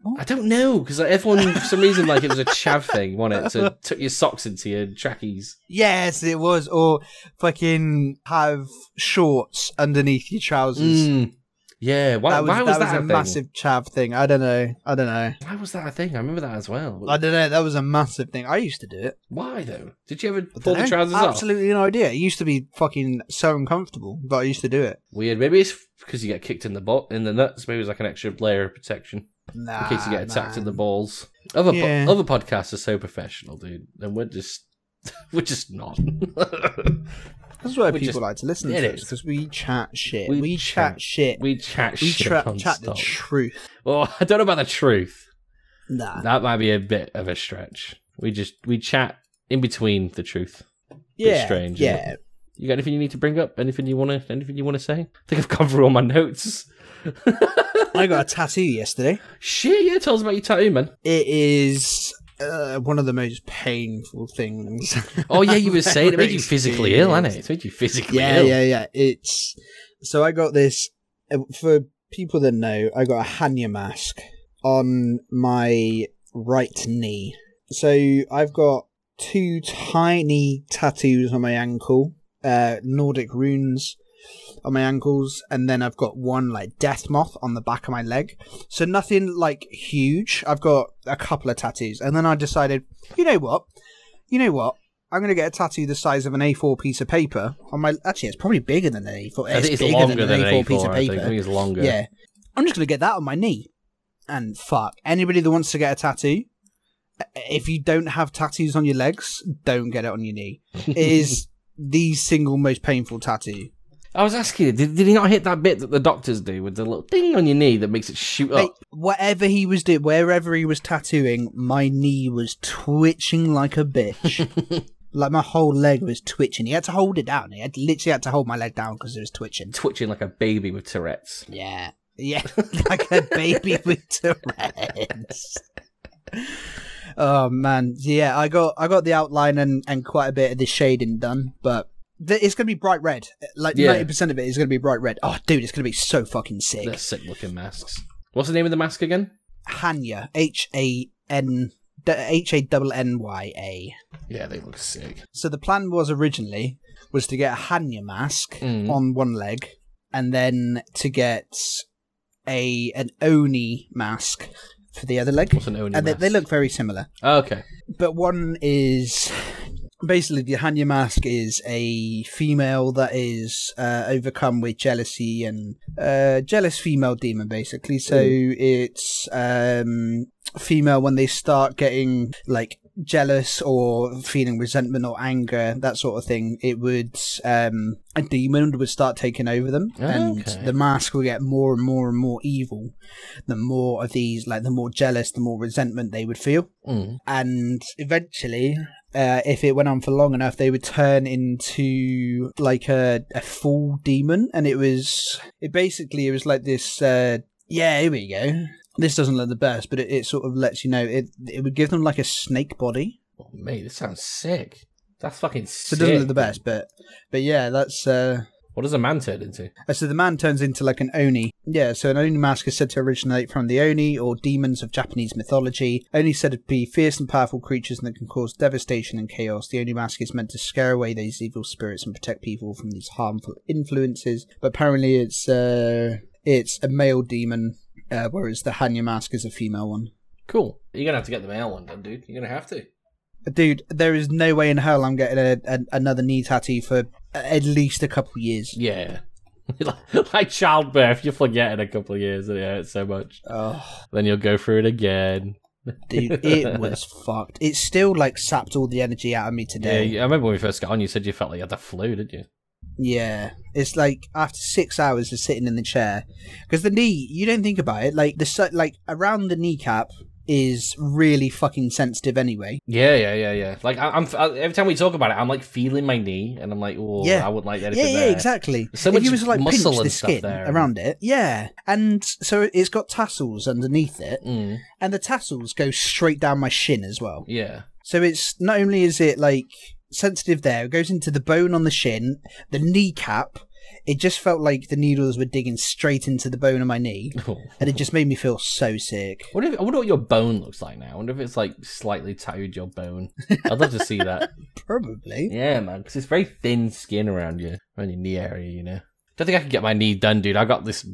[SPEAKER 1] What?
[SPEAKER 2] I don't know because everyone, for some reason, like it was a chav thing, wasn't it?
[SPEAKER 1] [LAUGHS]
[SPEAKER 2] To tuck your socks into your trackies.
[SPEAKER 1] yes, it was. Or fucking have shorts underneath your trousers.
[SPEAKER 2] Mm. Yeah. Why
[SPEAKER 1] that
[SPEAKER 2] was
[SPEAKER 1] was,
[SPEAKER 2] why was that,
[SPEAKER 1] was
[SPEAKER 2] a,
[SPEAKER 1] a
[SPEAKER 2] thing?
[SPEAKER 1] massive chav thing. I don't know. I don't know.
[SPEAKER 2] Why was that a thing? I remember that as well.
[SPEAKER 1] I don't know. That was a massive thing. I used to do it.
[SPEAKER 2] why though? Did you ever
[SPEAKER 1] I
[SPEAKER 2] pull the
[SPEAKER 1] dunno.
[SPEAKER 2] trousers off?
[SPEAKER 1] Absolutely no idea. It used to be fucking so uncomfortable, but I used to do it.
[SPEAKER 2] Weird. Maybe it's because you get kicked in the butt in the nuts. Maybe it's like an extra layer of protection.
[SPEAKER 1] Nah,
[SPEAKER 2] in case you get attacked in the
[SPEAKER 1] Ah, man.
[SPEAKER 2] balls. Other po-
[SPEAKER 1] Yeah.
[SPEAKER 2] other podcasts are so professional, dude, and we're just [LAUGHS] we're
[SPEAKER 1] [LAUGHS]
[SPEAKER 2] just not.
[SPEAKER 1] That's why
[SPEAKER 2] We
[SPEAKER 1] people
[SPEAKER 2] just-
[SPEAKER 1] like to listen
[SPEAKER 2] it
[SPEAKER 1] to us
[SPEAKER 2] is.
[SPEAKER 1] because we chat shit.
[SPEAKER 2] We
[SPEAKER 1] We,
[SPEAKER 2] chat-
[SPEAKER 1] chat, shit.
[SPEAKER 2] we chat
[SPEAKER 1] We
[SPEAKER 2] shit
[SPEAKER 1] tra- chat the
[SPEAKER 2] non-stop.
[SPEAKER 1] truth.
[SPEAKER 2] well, I don't know about the truth.
[SPEAKER 1] Nah.
[SPEAKER 2] That might be a bit of a stretch. We just we chat in between the truth.
[SPEAKER 1] yeah.
[SPEAKER 2] strange, isn't
[SPEAKER 1] yeah.
[SPEAKER 2] You got anything you need to bring up? Anything you wanna anything you wanna say? I think I've gone through all my notes.
[SPEAKER 1] I got a tattoo yesterday.
[SPEAKER 2] Shit, yeah, tell us about your tattoo, man.
[SPEAKER 1] It is uh, one of the most painful
[SPEAKER 2] [LAUGHS]
[SPEAKER 1] things.
[SPEAKER 2] Oh
[SPEAKER 1] [LAUGHS]
[SPEAKER 2] yeah, you were saying it made you
[SPEAKER 1] I've
[SPEAKER 2] physically ill, hasn't it?
[SPEAKER 1] experienced.
[SPEAKER 2] It's made you physically
[SPEAKER 1] Yeah,
[SPEAKER 2] ill.
[SPEAKER 1] yeah, yeah. It's so I got this uh, for people that know. I got a Hanya mask on my right knee. So I've got two tiny tattoos on my ankle, uh, Nordic runes on my ankles, and then I've got one like death moth on the back of my leg. So nothing like huge. I've got a couple of tattoos, and then I decided, you know what? You know what? I'm gonna get a tattoo the size of an A4 piece of paper on my. Actually, it's probably bigger than an A4.
[SPEAKER 2] I think it's,
[SPEAKER 1] bigger
[SPEAKER 2] longer than an A4,
[SPEAKER 1] piece of
[SPEAKER 2] I think. I
[SPEAKER 1] paper.
[SPEAKER 2] think it's longer.
[SPEAKER 1] Yeah. I'm just going to get that on my knee. And fuck, anybody that wants to get a tattoo, i- if you don't have tattoos on your legs, don't get it on your knee. It is the single most painful tattoo.
[SPEAKER 2] I was asking you, did, did he not hit that bit that the doctors do with the little ding on your knee that makes it shoot
[SPEAKER 1] Mate,
[SPEAKER 2] up?
[SPEAKER 1] whatever he was doing, wherever he was tattooing, my knee was twitching like a bitch. like my whole leg was twitching. He had to hold it down. He had literally had to hold my leg down because it was twitching.
[SPEAKER 2] Twitching like a baby with Tourette's.
[SPEAKER 1] Yeah. Yeah. [LAUGHS] like a baby with Tourette's. oh man. Yeah, I got I got the outline and, and quite a bit of the shading done, but th- it's gonna be bright red. Like
[SPEAKER 2] Yeah.
[SPEAKER 1] ninety percent of it is gonna be bright red. Oh dude, it's gonna be so fucking sick.
[SPEAKER 2] They're sick looking masks. What's the name of the mask again?
[SPEAKER 1] Hanya. H A N H A N N Y A.
[SPEAKER 2] Yeah, they look sick.
[SPEAKER 1] So the plan was originally was to get a Hanya mask
[SPEAKER 2] Mm.
[SPEAKER 1] on one leg, and then to get a an Oni mask for the other leg.
[SPEAKER 2] What's an Oni
[SPEAKER 1] And they, they
[SPEAKER 2] mask?
[SPEAKER 1] look very similar,
[SPEAKER 2] Oh, okay.
[SPEAKER 1] but one is basically the Hanya mask is a female that is uh, overcome with jealousy and uh, jealous female demon, basically. So it's um, female when they start getting like jealous or feeling resentment or anger, that sort of thing, it would um a demon would start taking over them. And
[SPEAKER 2] Okay.
[SPEAKER 1] the mask will get more and more and more evil. The more of these like the more jealous, the more resentment they would feel.
[SPEAKER 2] Mm.
[SPEAKER 1] And eventually uh, if it went on for long enough, they would turn into like a, a full demon, and it was it basically it was like this. Uh, yeah, here we go. This doesn't look the best, but it, it sort of lets you know it. It would give them like a snake body.
[SPEAKER 2] Oh, mate, this sounds sick. That's fucking
[SPEAKER 1] So it
[SPEAKER 2] sick.
[SPEAKER 1] doesn't look the best, but but yeah, that's. uh
[SPEAKER 2] What does a man turn into?
[SPEAKER 1] uh, So the man turns into like an oni. Yeah, so an oni mask is said to originate from the oni or demons of Japanese mythology. Oni said to be fierce and powerful creatures that can cause devastation and chaos. The oni mask is meant to scare away these evil spirits and protect people from these harmful influences. But apparently, it's uh, it's a male demon, uh, whereas the Hanya mask is a female one.
[SPEAKER 2] Cool. You're gonna have to get the male one done, dude. You're gonna have to.
[SPEAKER 1] Dude, there is no way in hell I'm getting a, a, another knee tattoo for at least a couple years.
[SPEAKER 2] Yeah. [LAUGHS] like childbirth, you forget in a couple of years and it hurts so much.
[SPEAKER 1] Oh.
[SPEAKER 2] Then you'll go through it again.
[SPEAKER 1] dude.
[SPEAKER 2] [LAUGHS]
[SPEAKER 1] It was fucked. It still like sapped all the energy out of me
[SPEAKER 2] Yeah,
[SPEAKER 1] today. Yeah,
[SPEAKER 2] you- I remember when we first got on, you said you felt like you had the flu, didn't you?
[SPEAKER 1] it's like after six hours of sitting in the chair, because the knee, you don't think about it. Like the su- like around the kneecap is really fucking sensitive anyway.
[SPEAKER 2] Yeah, yeah, yeah, yeah. Like I, I'm I, every time we talk about it, I'm like feeling my knee, and I'm like, oh,
[SPEAKER 1] Yeah.
[SPEAKER 2] I wouldn't like
[SPEAKER 1] Yeah,
[SPEAKER 2] anything
[SPEAKER 1] yeah,
[SPEAKER 2] there.
[SPEAKER 1] exactly.
[SPEAKER 2] So
[SPEAKER 1] if
[SPEAKER 2] much
[SPEAKER 1] you was to, like pinch
[SPEAKER 2] muscle
[SPEAKER 1] the
[SPEAKER 2] and stuff
[SPEAKER 1] skin
[SPEAKER 2] there.
[SPEAKER 1] around it, yeah, and so it's got tassels underneath it,
[SPEAKER 2] Mm,
[SPEAKER 1] and the tassels go straight down my shin as well.
[SPEAKER 2] yeah. [LAUGHS]
[SPEAKER 1] So it's not only is it like sensitive there, it goes into the bone on the shin, the kneecap. It just felt like the needles were digging straight into the bone of my knee, and it just made me feel so sick.
[SPEAKER 2] I wonder, if, I wonder what your bone looks like now. I wonder if it's like slightly tattooed your bone. I'd love to see that.
[SPEAKER 1] Probably.
[SPEAKER 2] Yeah, man, because it's very thin skin around you, around your knee area. You know, don't think I can get my knee done, dude. I got this,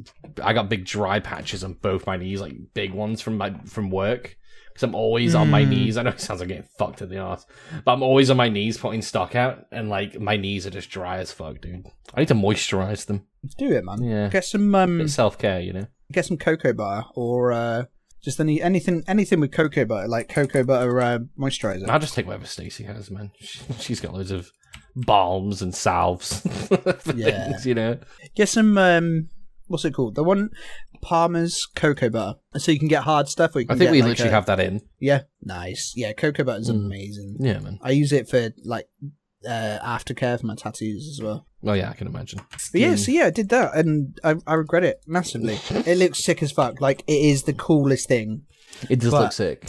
[SPEAKER 2] I got big dry patches on both my knees, like big ones from my from work. Because I'm always on my
[SPEAKER 1] Mm.
[SPEAKER 2] knees. I know it sounds like getting fucked in the ass, but I'm always on my knees putting stock out, and like my knees are just dry as fuck, dude. I need to moisturize them.
[SPEAKER 1] Do it, man.
[SPEAKER 2] Yeah.
[SPEAKER 1] Get some um,
[SPEAKER 2] Bit self care, you know.
[SPEAKER 1] get some cocoa butter or uh, just any anything anything with cocoa butter, like cocoa butter uh, moisturizer.
[SPEAKER 2] I'll just take whatever Stacey has, man. She, she's got loads of balms and salves, [LAUGHS] for
[SPEAKER 1] Yeah.
[SPEAKER 2] things, you know.
[SPEAKER 1] Get some um, what's it called? The one Palmer's cocoa butter. So you can get hard stuff. Or you
[SPEAKER 2] I
[SPEAKER 1] can
[SPEAKER 2] think
[SPEAKER 1] get,
[SPEAKER 2] we
[SPEAKER 1] like,
[SPEAKER 2] literally
[SPEAKER 1] a-
[SPEAKER 2] have that in.
[SPEAKER 1] Yeah, nice. Yeah, cocoa butter's
[SPEAKER 2] Mm.
[SPEAKER 1] amazing.
[SPEAKER 2] Yeah, man.
[SPEAKER 1] I use it for like uh, aftercare for my tattoos as well. Mm.
[SPEAKER 2] Oh yeah, I can imagine.
[SPEAKER 1] But yeah, so yeah, I did that, and I, I regret it massively. it looks sick as fuck. Like it is the coolest thing.
[SPEAKER 2] It does
[SPEAKER 1] But-
[SPEAKER 2] look sick.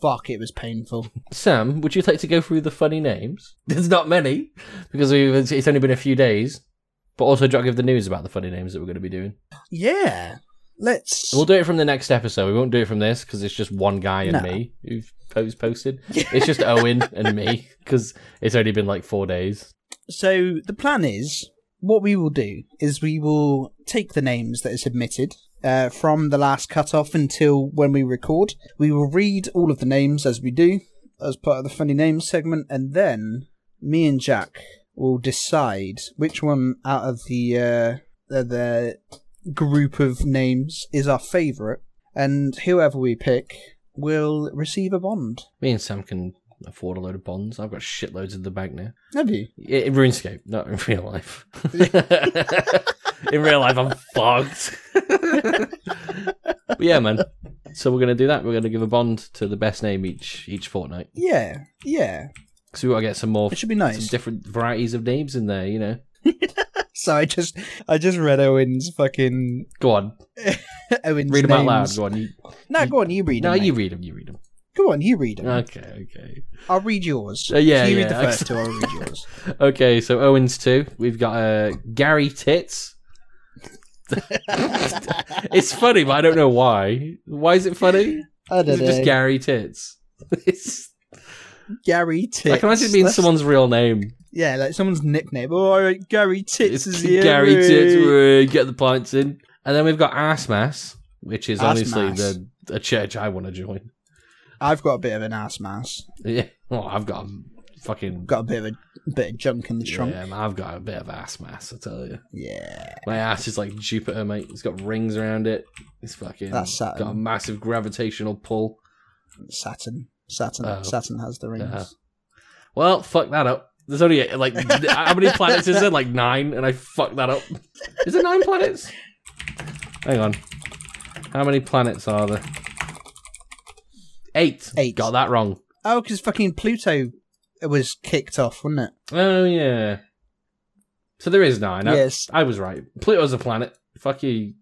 [SPEAKER 1] Fuck, it was painful.
[SPEAKER 2] Sam, would you like to go through the funny names? [LAUGHS] There's not many because we've, it's it's only been a few days. But also, do you want to give the news about the funny names that we're going to be doing?
[SPEAKER 1] Yeah, let's.
[SPEAKER 2] We'll do it from the next episode. We won't do it from this because it's just one guy and
[SPEAKER 1] No.
[SPEAKER 2] me who've
[SPEAKER 1] [LAUGHS]
[SPEAKER 2] post posted. It's just Owen and me because it's only been like four days.
[SPEAKER 1] so the plan is what we will do is we will take the names that are submitted. Uh, from the last cutoff until when we record, we will read all of the names as we do, as part of the funny names segment, and then me and Jack will decide which one out of the uh, the, the group of names is our favourite, and whoever we pick will receive a bond.
[SPEAKER 2] Me and Sam can afford a load of bonds. I've got shitloads in the bank now.
[SPEAKER 1] Have you?
[SPEAKER 2] Yeah, in RuneScape, not in [LAUGHS] real life. in real life, I'm fucked. But yeah, man. So we're gonna do that. We're gonna give a bond to the best name each each fortnight.
[SPEAKER 1] Yeah, yeah.
[SPEAKER 2] So we gotta get some more,
[SPEAKER 1] It should be
[SPEAKER 2] some
[SPEAKER 1] nice.
[SPEAKER 2] different varieties of names in there. You know,
[SPEAKER 1] [LAUGHS] so I just I just read Owen's fucking [LAUGHS]
[SPEAKER 2] go on,
[SPEAKER 1] Owen's
[SPEAKER 2] read them out loud.
[SPEAKER 1] names.
[SPEAKER 2] Go on. You,
[SPEAKER 1] No, go on, you read.
[SPEAKER 2] no,
[SPEAKER 1] them,
[SPEAKER 2] you
[SPEAKER 1] mate.
[SPEAKER 2] read them. You read them.
[SPEAKER 1] Go on, you read 'em.
[SPEAKER 2] Okay, okay,
[SPEAKER 1] I'll read yours.
[SPEAKER 2] Uh, yeah,
[SPEAKER 1] you
[SPEAKER 2] yeah,
[SPEAKER 1] read the first two.
[SPEAKER 2] excellent.
[SPEAKER 1] I'll read
[SPEAKER 2] [LAUGHS]
[SPEAKER 1] yours.
[SPEAKER 2] okay. So Owens two. We've got uh, Gary Tits. it's funny, but I don't know why. Why is it funny?
[SPEAKER 1] I
[SPEAKER 2] Is
[SPEAKER 1] don't [LAUGHS]
[SPEAKER 2] it just
[SPEAKER 1] know.
[SPEAKER 2] Gary Tits? [LAUGHS] It's-
[SPEAKER 1] Gary Tits.
[SPEAKER 2] I can imagine it being
[SPEAKER 1] That's-
[SPEAKER 2] someone's real name.
[SPEAKER 1] Yeah, like someone's nickname. Oh, all right, Gary Tits
[SPEAKER 2] It's
[SPEAKER 1] is here.
[SPEAKER 2] Gary
[SPEAKER 1] hey.
[SPEAKER 2] Tits. woo, Get the pints in. And then we've got Ass Mass, which is
[SPEAKER 1] Ass
[SPEAKER 2] honestly
[SPEAKER 1] Mass.
[SPEAKER 2] the a church I want to join. [LAUGHS]
[SPEAKER 1] I've got a bit of an ass mass.
[SPEAKER 2] Yeah. Well, I've got a fucking.
[SPEAKER 1] Got a bit of a bit of junk in the trunk.
[SPEAKER 2] Yeah, I've got a bit of ass mass, I tell you.
[SPEAKER 1] Yeah.
[SPEAKER 2] My ass is like Jupiter, mate. It's got rings around it. It's fucking
[SPEAKER 1] That's Saturn.
[SPEAKER 2] got a massive gravitational pull.
[SPEAKER 1] Saturn. Saturn.
[SPEAKER 2] Oh.
[SPEAKER 1] Saturn has the rings.
[SPEAKER 2] Uh-huh. Well, fuck that up. There's only like [LAUGHS] how many planets is there? Like nine, and I fucked that up. Is it nine planets? Hang on. How many planets are there? Eight.
[SPEAKER 1] Eight.
[SPEAKER 2] Got that wrong.
[SPEAKER 1] Oh, because fucking Pluto was kicked off, wasn't it?
[SPEAKER 2] Oh yeah. So there is nine. I-
[SPEAKER 1] Yes.
[SPEAKER 2] I, was right. Pluto's a planet. Fuck you. You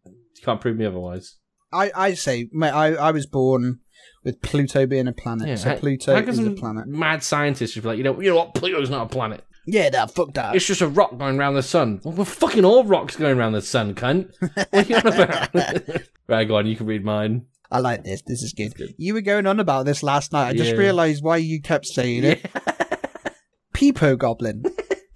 [SPEAKER 2] can't prove me otherwise.
[SPEAKER 1] I, I say, mate, I, I was born with Pluto being a planet.
[SPEAKER 2] Yeah,
[SPEAKER 1] so
[SPEAKER 2] how-
[SPEAKER 1] Pluto
[SPEAKER 2] how can
[SPEAKER 1] is a
[SPEAKER 2] some
[SPEAKER 1] planet.
[SPEAKER 2] Mad scientists should be like, you know, you know what? Pluto's not a planet.
[SPEAKER 1] Yeah, that fuck that.
[SPEAKER 2] It's just a rock going round the sun. Well, we're fucking all rocks going round the sun, cunt. What are you on [LAUGHS] about? right, go on. You can read mine.
[SPEAKER 1] I like this. This is good.
[SPEAKER 2] good.
[SPEAKER 1] You were going on about this last night. I just
[SPEAKER 2] Yeah.
[SPEAKER 1] realised why you kept saying it. Peepo Goblin.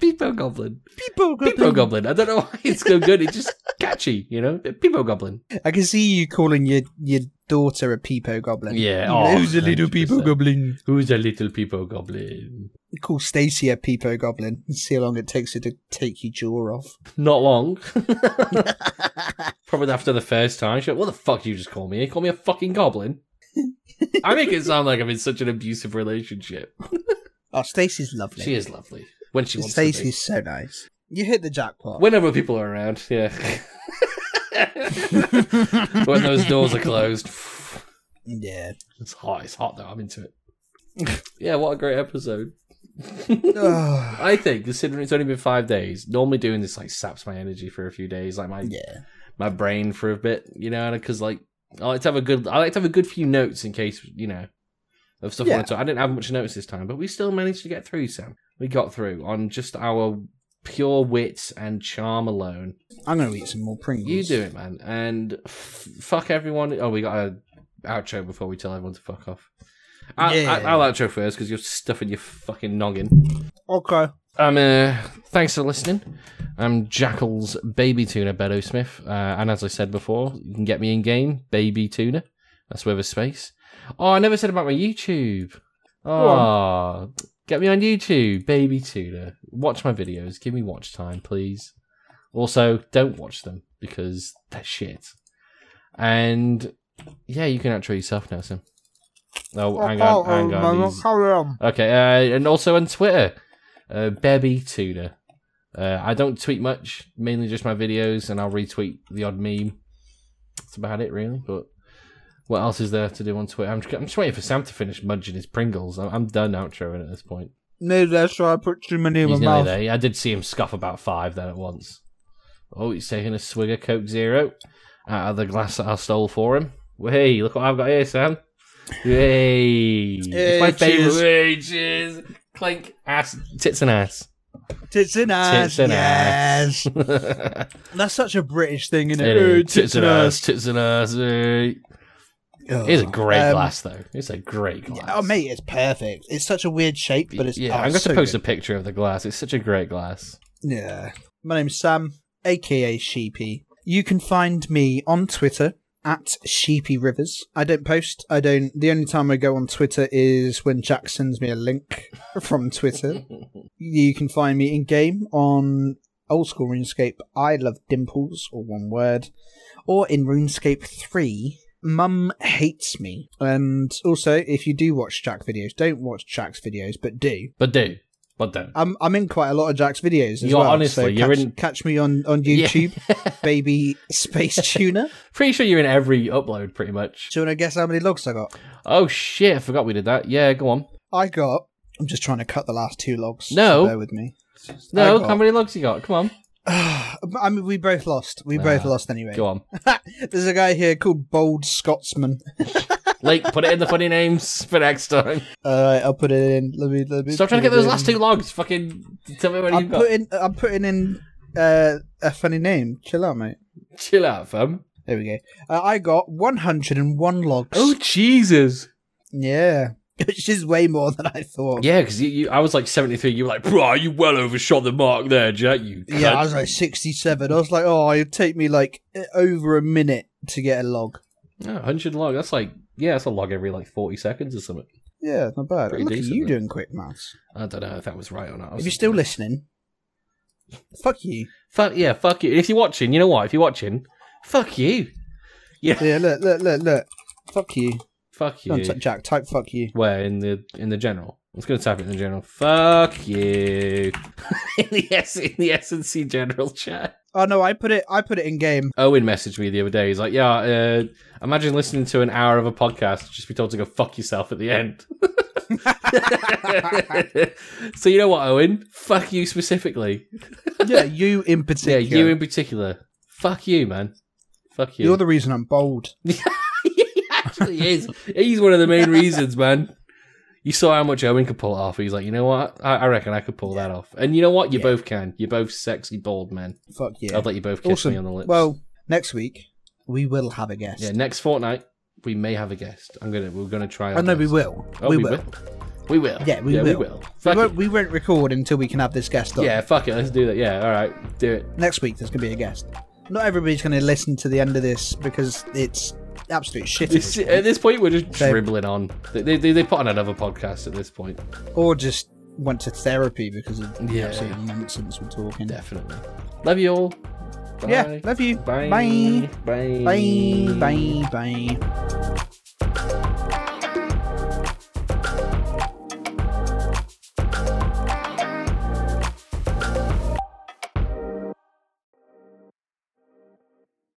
[SPEAKER 2] Peepo Goblin.
[SPEAKER 1] Peepo Goblin.
[SPEAKER 2] [LAUGHS] Peepo Goblin. I don't know why it's so good. It's just catchy, you know? Peepo Goblin.
[SPEAKER 1] I can see you calling your your daughter a Peepo Goblin.
[SPEAKER 2] Yeah.
[SPEAKER 1] Oh,
[SPEAKER 2] Oh,
[SPEAKER 1] Who's a little
[SPEAKER 2] 100%.
[SPEAKER 1] Peepo Goblin?
[SPEAKER 2] Who's a little Peepo Goblin?
[SPEAKER 1] Call Stacy a Peepo Goblin and see how long it takes her to take your jaw off.
[SPEAKER 2] Not [LAUGHS] long. Probably after the first time. She went, what the fuck did you just call me? You call me a fucking goblin? I make it sound like I'm in such an abusive relationship.
[SPEAKER 1] Oh, Stacy's lovely.
[SPEAKER 2] She is lovely. When she wants to be.
[SPEAKER 1] Stacy's so nice. You hit the jackpot.
[SPEAKER 2] Whenever people are around, [LAUGHS] yeah. when those doors are closed.
[SPEAKER 1] yeah. [SIGHS]
[SPEAKER 2] It's hot. It's hot though. I'm into it. yeah, what a great episode.
[SPEAKER 1] Oh,
[SPEAKER 2] I think, considering it's only been five days, normally doing this like saps my energy for a few days, like my
[SPEAKER 1] yeah.
[SPEAKER 2] my brain for a bit, you know, because like I like to have a good, I like to have a good few notes in case you know of stuff. I
[SPEAKER 1] Yeah.
[SPEAKER 2] wanna talk- I didn't have much notes this time, but we still managed to get through. Sam, we got through on just our pure wit and charm alone.
[SPEAKER 1] I'm gonna eat some more Pringles.
[SPEAKER 2] You do it, man. And f- fuck everyone. Oh, we got a outro before we tell everyone to fuck off. I,
[SPEAKER 1] Yeah.
[SPEAKER 2] I, I'll outro first because you're stuffing your fucking noggin.
[SPEAKER 1] Okay.
[SPEAKER 2] Um, uh, thanks for listening. I'm Jackal's baby tuna, Beto Smith. Uh, and as I said before, you can get me in game, baby tuna. That's with a space. Oh, I never said about my YouTube. Oh, get me on YouTube, baby tuna. Watch my videos. Give me watch time, please. Also, don't watch them because they're shit. And yeah, you can outro yourself now, Sim. Oh, hang on, hang on. these-
[SPEAKER 1] Carry on.
[SPEAKER 2] Okay, uh, and also on Twitter, uh, Bebby Tudor. Uh, I don't tweet much, mainly just my videos, and I'll retweet the odd meme. That's about it, really. But what else is there to do on Twitter? I'm just, I'm just waiting for Sam to finish munching his Pringles. I'm, I'm done outroing at this point.
[SPEAKER 1] No, that's why I put too many in my
[SPEAKER 2] He's nearly
[SPEAKER 1] mouth.
[SPEAKER 2] there. Yeah, I did see him scoff about five then at once. Oh, he's taking a swig of Coke Zero out of the glass that I stole for him. Hey, look what I've got here, Sam. Hey, it's my
[SPEAKER 1] Hey, cheers.
[SPEAKER 2] favourite. Hey, cheers. Clink, ass, tits and ass.
[SPEAKER 1] Tits and ass.
[SPEAKER 2] Tits and
[SPEAKER 1] yes. [LAUGHS]
[SPEAKER 2] ass. [LAUGHS]
[SPEAKER 1] That's such a British thing, isn't it?
[SPEAKER 2] Hey,
[SPEAKER 1] Oh,
[SPEAKER 2] tits, and ass, tits and ass. hey.
[SPEAKER 1] Ugh.
[SPEAKER 2] It's a great
[SPEAKER 1] Um,
[SPEAKER 2] glass, though. It's a great glass.
[SPEAKER 1] Yeah, oh, mate, it's perfect. It's such a weird shape, but it's
[SPEAKER 2] yeah,
[SPEAKER 1] oh,
[SPEAKER 2] I'm going
[SPEAKER 1] it's
[SPEAKER 2] to
[SPEAKER 1] so
[SPEAKER 2] post
[SPEAKER 1] good.
[SPEAKER 2] a picture of the glass. It's such a great glass.
[SPEAKER 1] Yeah. My name's Sam, aka Sheepy. You can find me on Twitter at Sheepy Rivers. I don't post. I don't. The only time I go on Twitter is when Jack sends me a link [LAUGHS] from Twitter. you can find me in game on old school RuneScape. I love dimples, or one word, or in RuneScape three. Mum hates me. And also, if you do watch Jack videos, don't watch Jack's videos, but do.
[SPEAKER 2] But do. But don't.
[SPEAKER 1] I'm I'm in quite a lot of Jack's videos as
[SPEAKER 2] You're
[SPEAKER 1] well.
[SPEAKER 2] honestly,
[SPEAKER 1] so
[SPEAKER 2] you're
[SPEAKER 1] catch,
[SPEAKER 2] in-
[SPEAKER 1] catch me on on
[SPEAKER 2] Yeah. [LAUGHS]
[SPEAKER 1] YouTube, baby space tuna.
[SPEAKER 2] Pretty sure you're in every upload, pretty much.
[SPEAKER 1] Do you want to guess how many logs I got?
[SPEAKER 2] Oh shit! I forgot we did that. Yeah, go on.
[SPEAKER 1] I got. I'm just trying to cut the last two logs.
[SPEAKER 2] No.
[SPEAKER 1] so bear with me.
[SPEAKER 2] No,
[SPEAKER 1] I
[SPEAKER 2] how
[SPEAKER 1] got-
[SPEAKER 2] many logs you got? Come on,
[SPEAKER 1] [SIGHS] I mean, we both lost. We both
[SPEAKER 2] Ah,
[SPEAKER 1] lost anyway.
[SPEAKER 2] go on.
[SPEAKER 1] There's a guy here called Bold Scotsman.
[SPEAKER 2] Lake, put it in the funny names for next time.
[SPEAKER 1] All right, I'll put it in. Let me, let me
[SPEAKER 2] Stop trying to
[SPEAKER 1] put
[SPEAKER 2] get those
[SPEAKER 1] it
[SPEAKER 2] last
[SPEAKER 1] in.
[SPEAKER 2] two logs. Fucking tell me what
[SPEAKER 1] I'm
[SPEAKER 2] you've got.
[SPEAKER 1] putting. I'm putting in uh, a funny name. Chill out, mate.
[SPEAKER 2] Chill out, fam. Oh,
[SPEAKER 1] There we go. Uh, I got 101 logs.
[SPEAKER 2] Jesus!
[SPEAKER 1] Yeah. [LAUGHS] which is way more than I thought.
[SPEAKER 2] Yeah, because you, you, I was like 73. You were like, bro, you well overshot the mark there, Jack. You
[SPEAKER 1] Yeah,
[SPEAKER 2] cunt."
[SPEAKER 1] I was like 67. I was like, oh, it'd take me like over a minute to get a log.
[SPEAKER 2] Yeah, 100 log. That's like, yeah, that's a log every like 40 seconds or something.
[SPEAKER 1] Yeah, not bad.
[SPEAKER 2] Pretty
[SPEAKER 1] Look at
[SPEAKER 2] decent,
[SPEAKER 1] you
[SPEAKER 2] though.
[SPEAKER 1] doing quick maths.
[SPEAKER 2] I don't know if that was right or not. I was-
[SPEAKER 1] If you're still listening, fuck you.
[SPEAKER 2] Fuck, yeah, fuck you. If you're watching, you know what? If you're watching, fuck you.
[SPEAKER 1] Yeah, look, look, look, look. Fuck you.
[SPEAKER 2] Fuck
[SPEAKER 1] Go on,
[SPEAKER 2] you.
[SPEAKER 1] t- Jack, type fuck you.
[SPEAKER 2] Where? In the in the general? I was going to type it in the general. Fuck you. [LAUGHS] in the S in the SNC general chat.
[SPEAKER 1] Oh no, I put it. I put it in
[SPEAKER 2] [LAUGHS]
[SPEAKER 1] game.
[SPEAKER 2] Owen messaged me the other day. He's like, "Yeah, uh, imagine listening to an hour of a podcast and just be told to go fuck yourself at the [LAUGHS] end." so you know what, Owen? Fuck you specifically.
[SPEAKER 1] Yeah, you in
[SPEAKER 2] Yeah,
[SPEAKER 1] particular.
[SPEAKER 2] you in particular. Fuck you, man. Fuck you.
[SPEAKER 1] You're the reason I'm bold.
[SPEAKER 2] [LAUGHS] he actually is. He's one of the main reasons, man. You saw how much Owen could pull it off. He's like, you know what? I, I reckon I could pull that off. And you know what? You
[SPEAKER 1] Yeah.
[SPEAKER 2] both can. You're both sexy bald men.
[SPEAKER 1] Fuck you.
[SPEAKER 2] I'd let you both kiss
[SPEAKER 1] Awesome.
[SPEAKER 2] me on the lips.
[SPEAKER 1] Well, next week we will have a guest.
[SPEAKER 2] yeah. Next fortnight, we may have a guest. I'm gonna. We're gonna try.
[SPEAKER 1] I
[SPEAKER 2] our
[SPEAKER 1] know we
[SPEAKER 2] best.
[SPEAKER 1] will.
[SPEAKER 2] Oh,
[SPEAKER 1] we,
[SPEAKER 2] we,
[SPEAKER 1] will.
[SPEAKER 2] will. We will.
[SPEAKER 1] Yeah, we
[SPEAKER 2] We
[SPEAKER 1] will.
[SPEAKER 2] will.
[SPEAKER 1] We
[SPEAKER 2] Fuck
[SPEAKER 1] won't,
[SPEAKER 2] it.
[SPEAKER 1] we won't record until we can have this guest on.
[SPEAKER 2] Yeah. Fuck it. Let's do that. Yeah. All right. Do it.
[SPEAKER 1] Next week there's gonna be a guest. Not everybody's gonna listen to the end of this because it's absolute shit.
[SPEAKER 2] This, at this point, we're just
[SPEAKER 1] Same.
[SPEAKER 2] dribbling on. They, they, they- they put on another podcast at this point.
[SPEAKER 1] or just went to therapy because of the
[SPEAKER 2] Yeah.
[SPEAKER 1] absolute nonsense we're talking.
[SPEAKER 2] Definitely. Love you all. Bye.
[SPEAKER 1] Yeah, love you.
[SPEAKER 2] Bye.
[SPEAKER 1] Bye.
[SPEAKER 2] Bye.
[SPEAKER 1] Bye. Bye. Bye.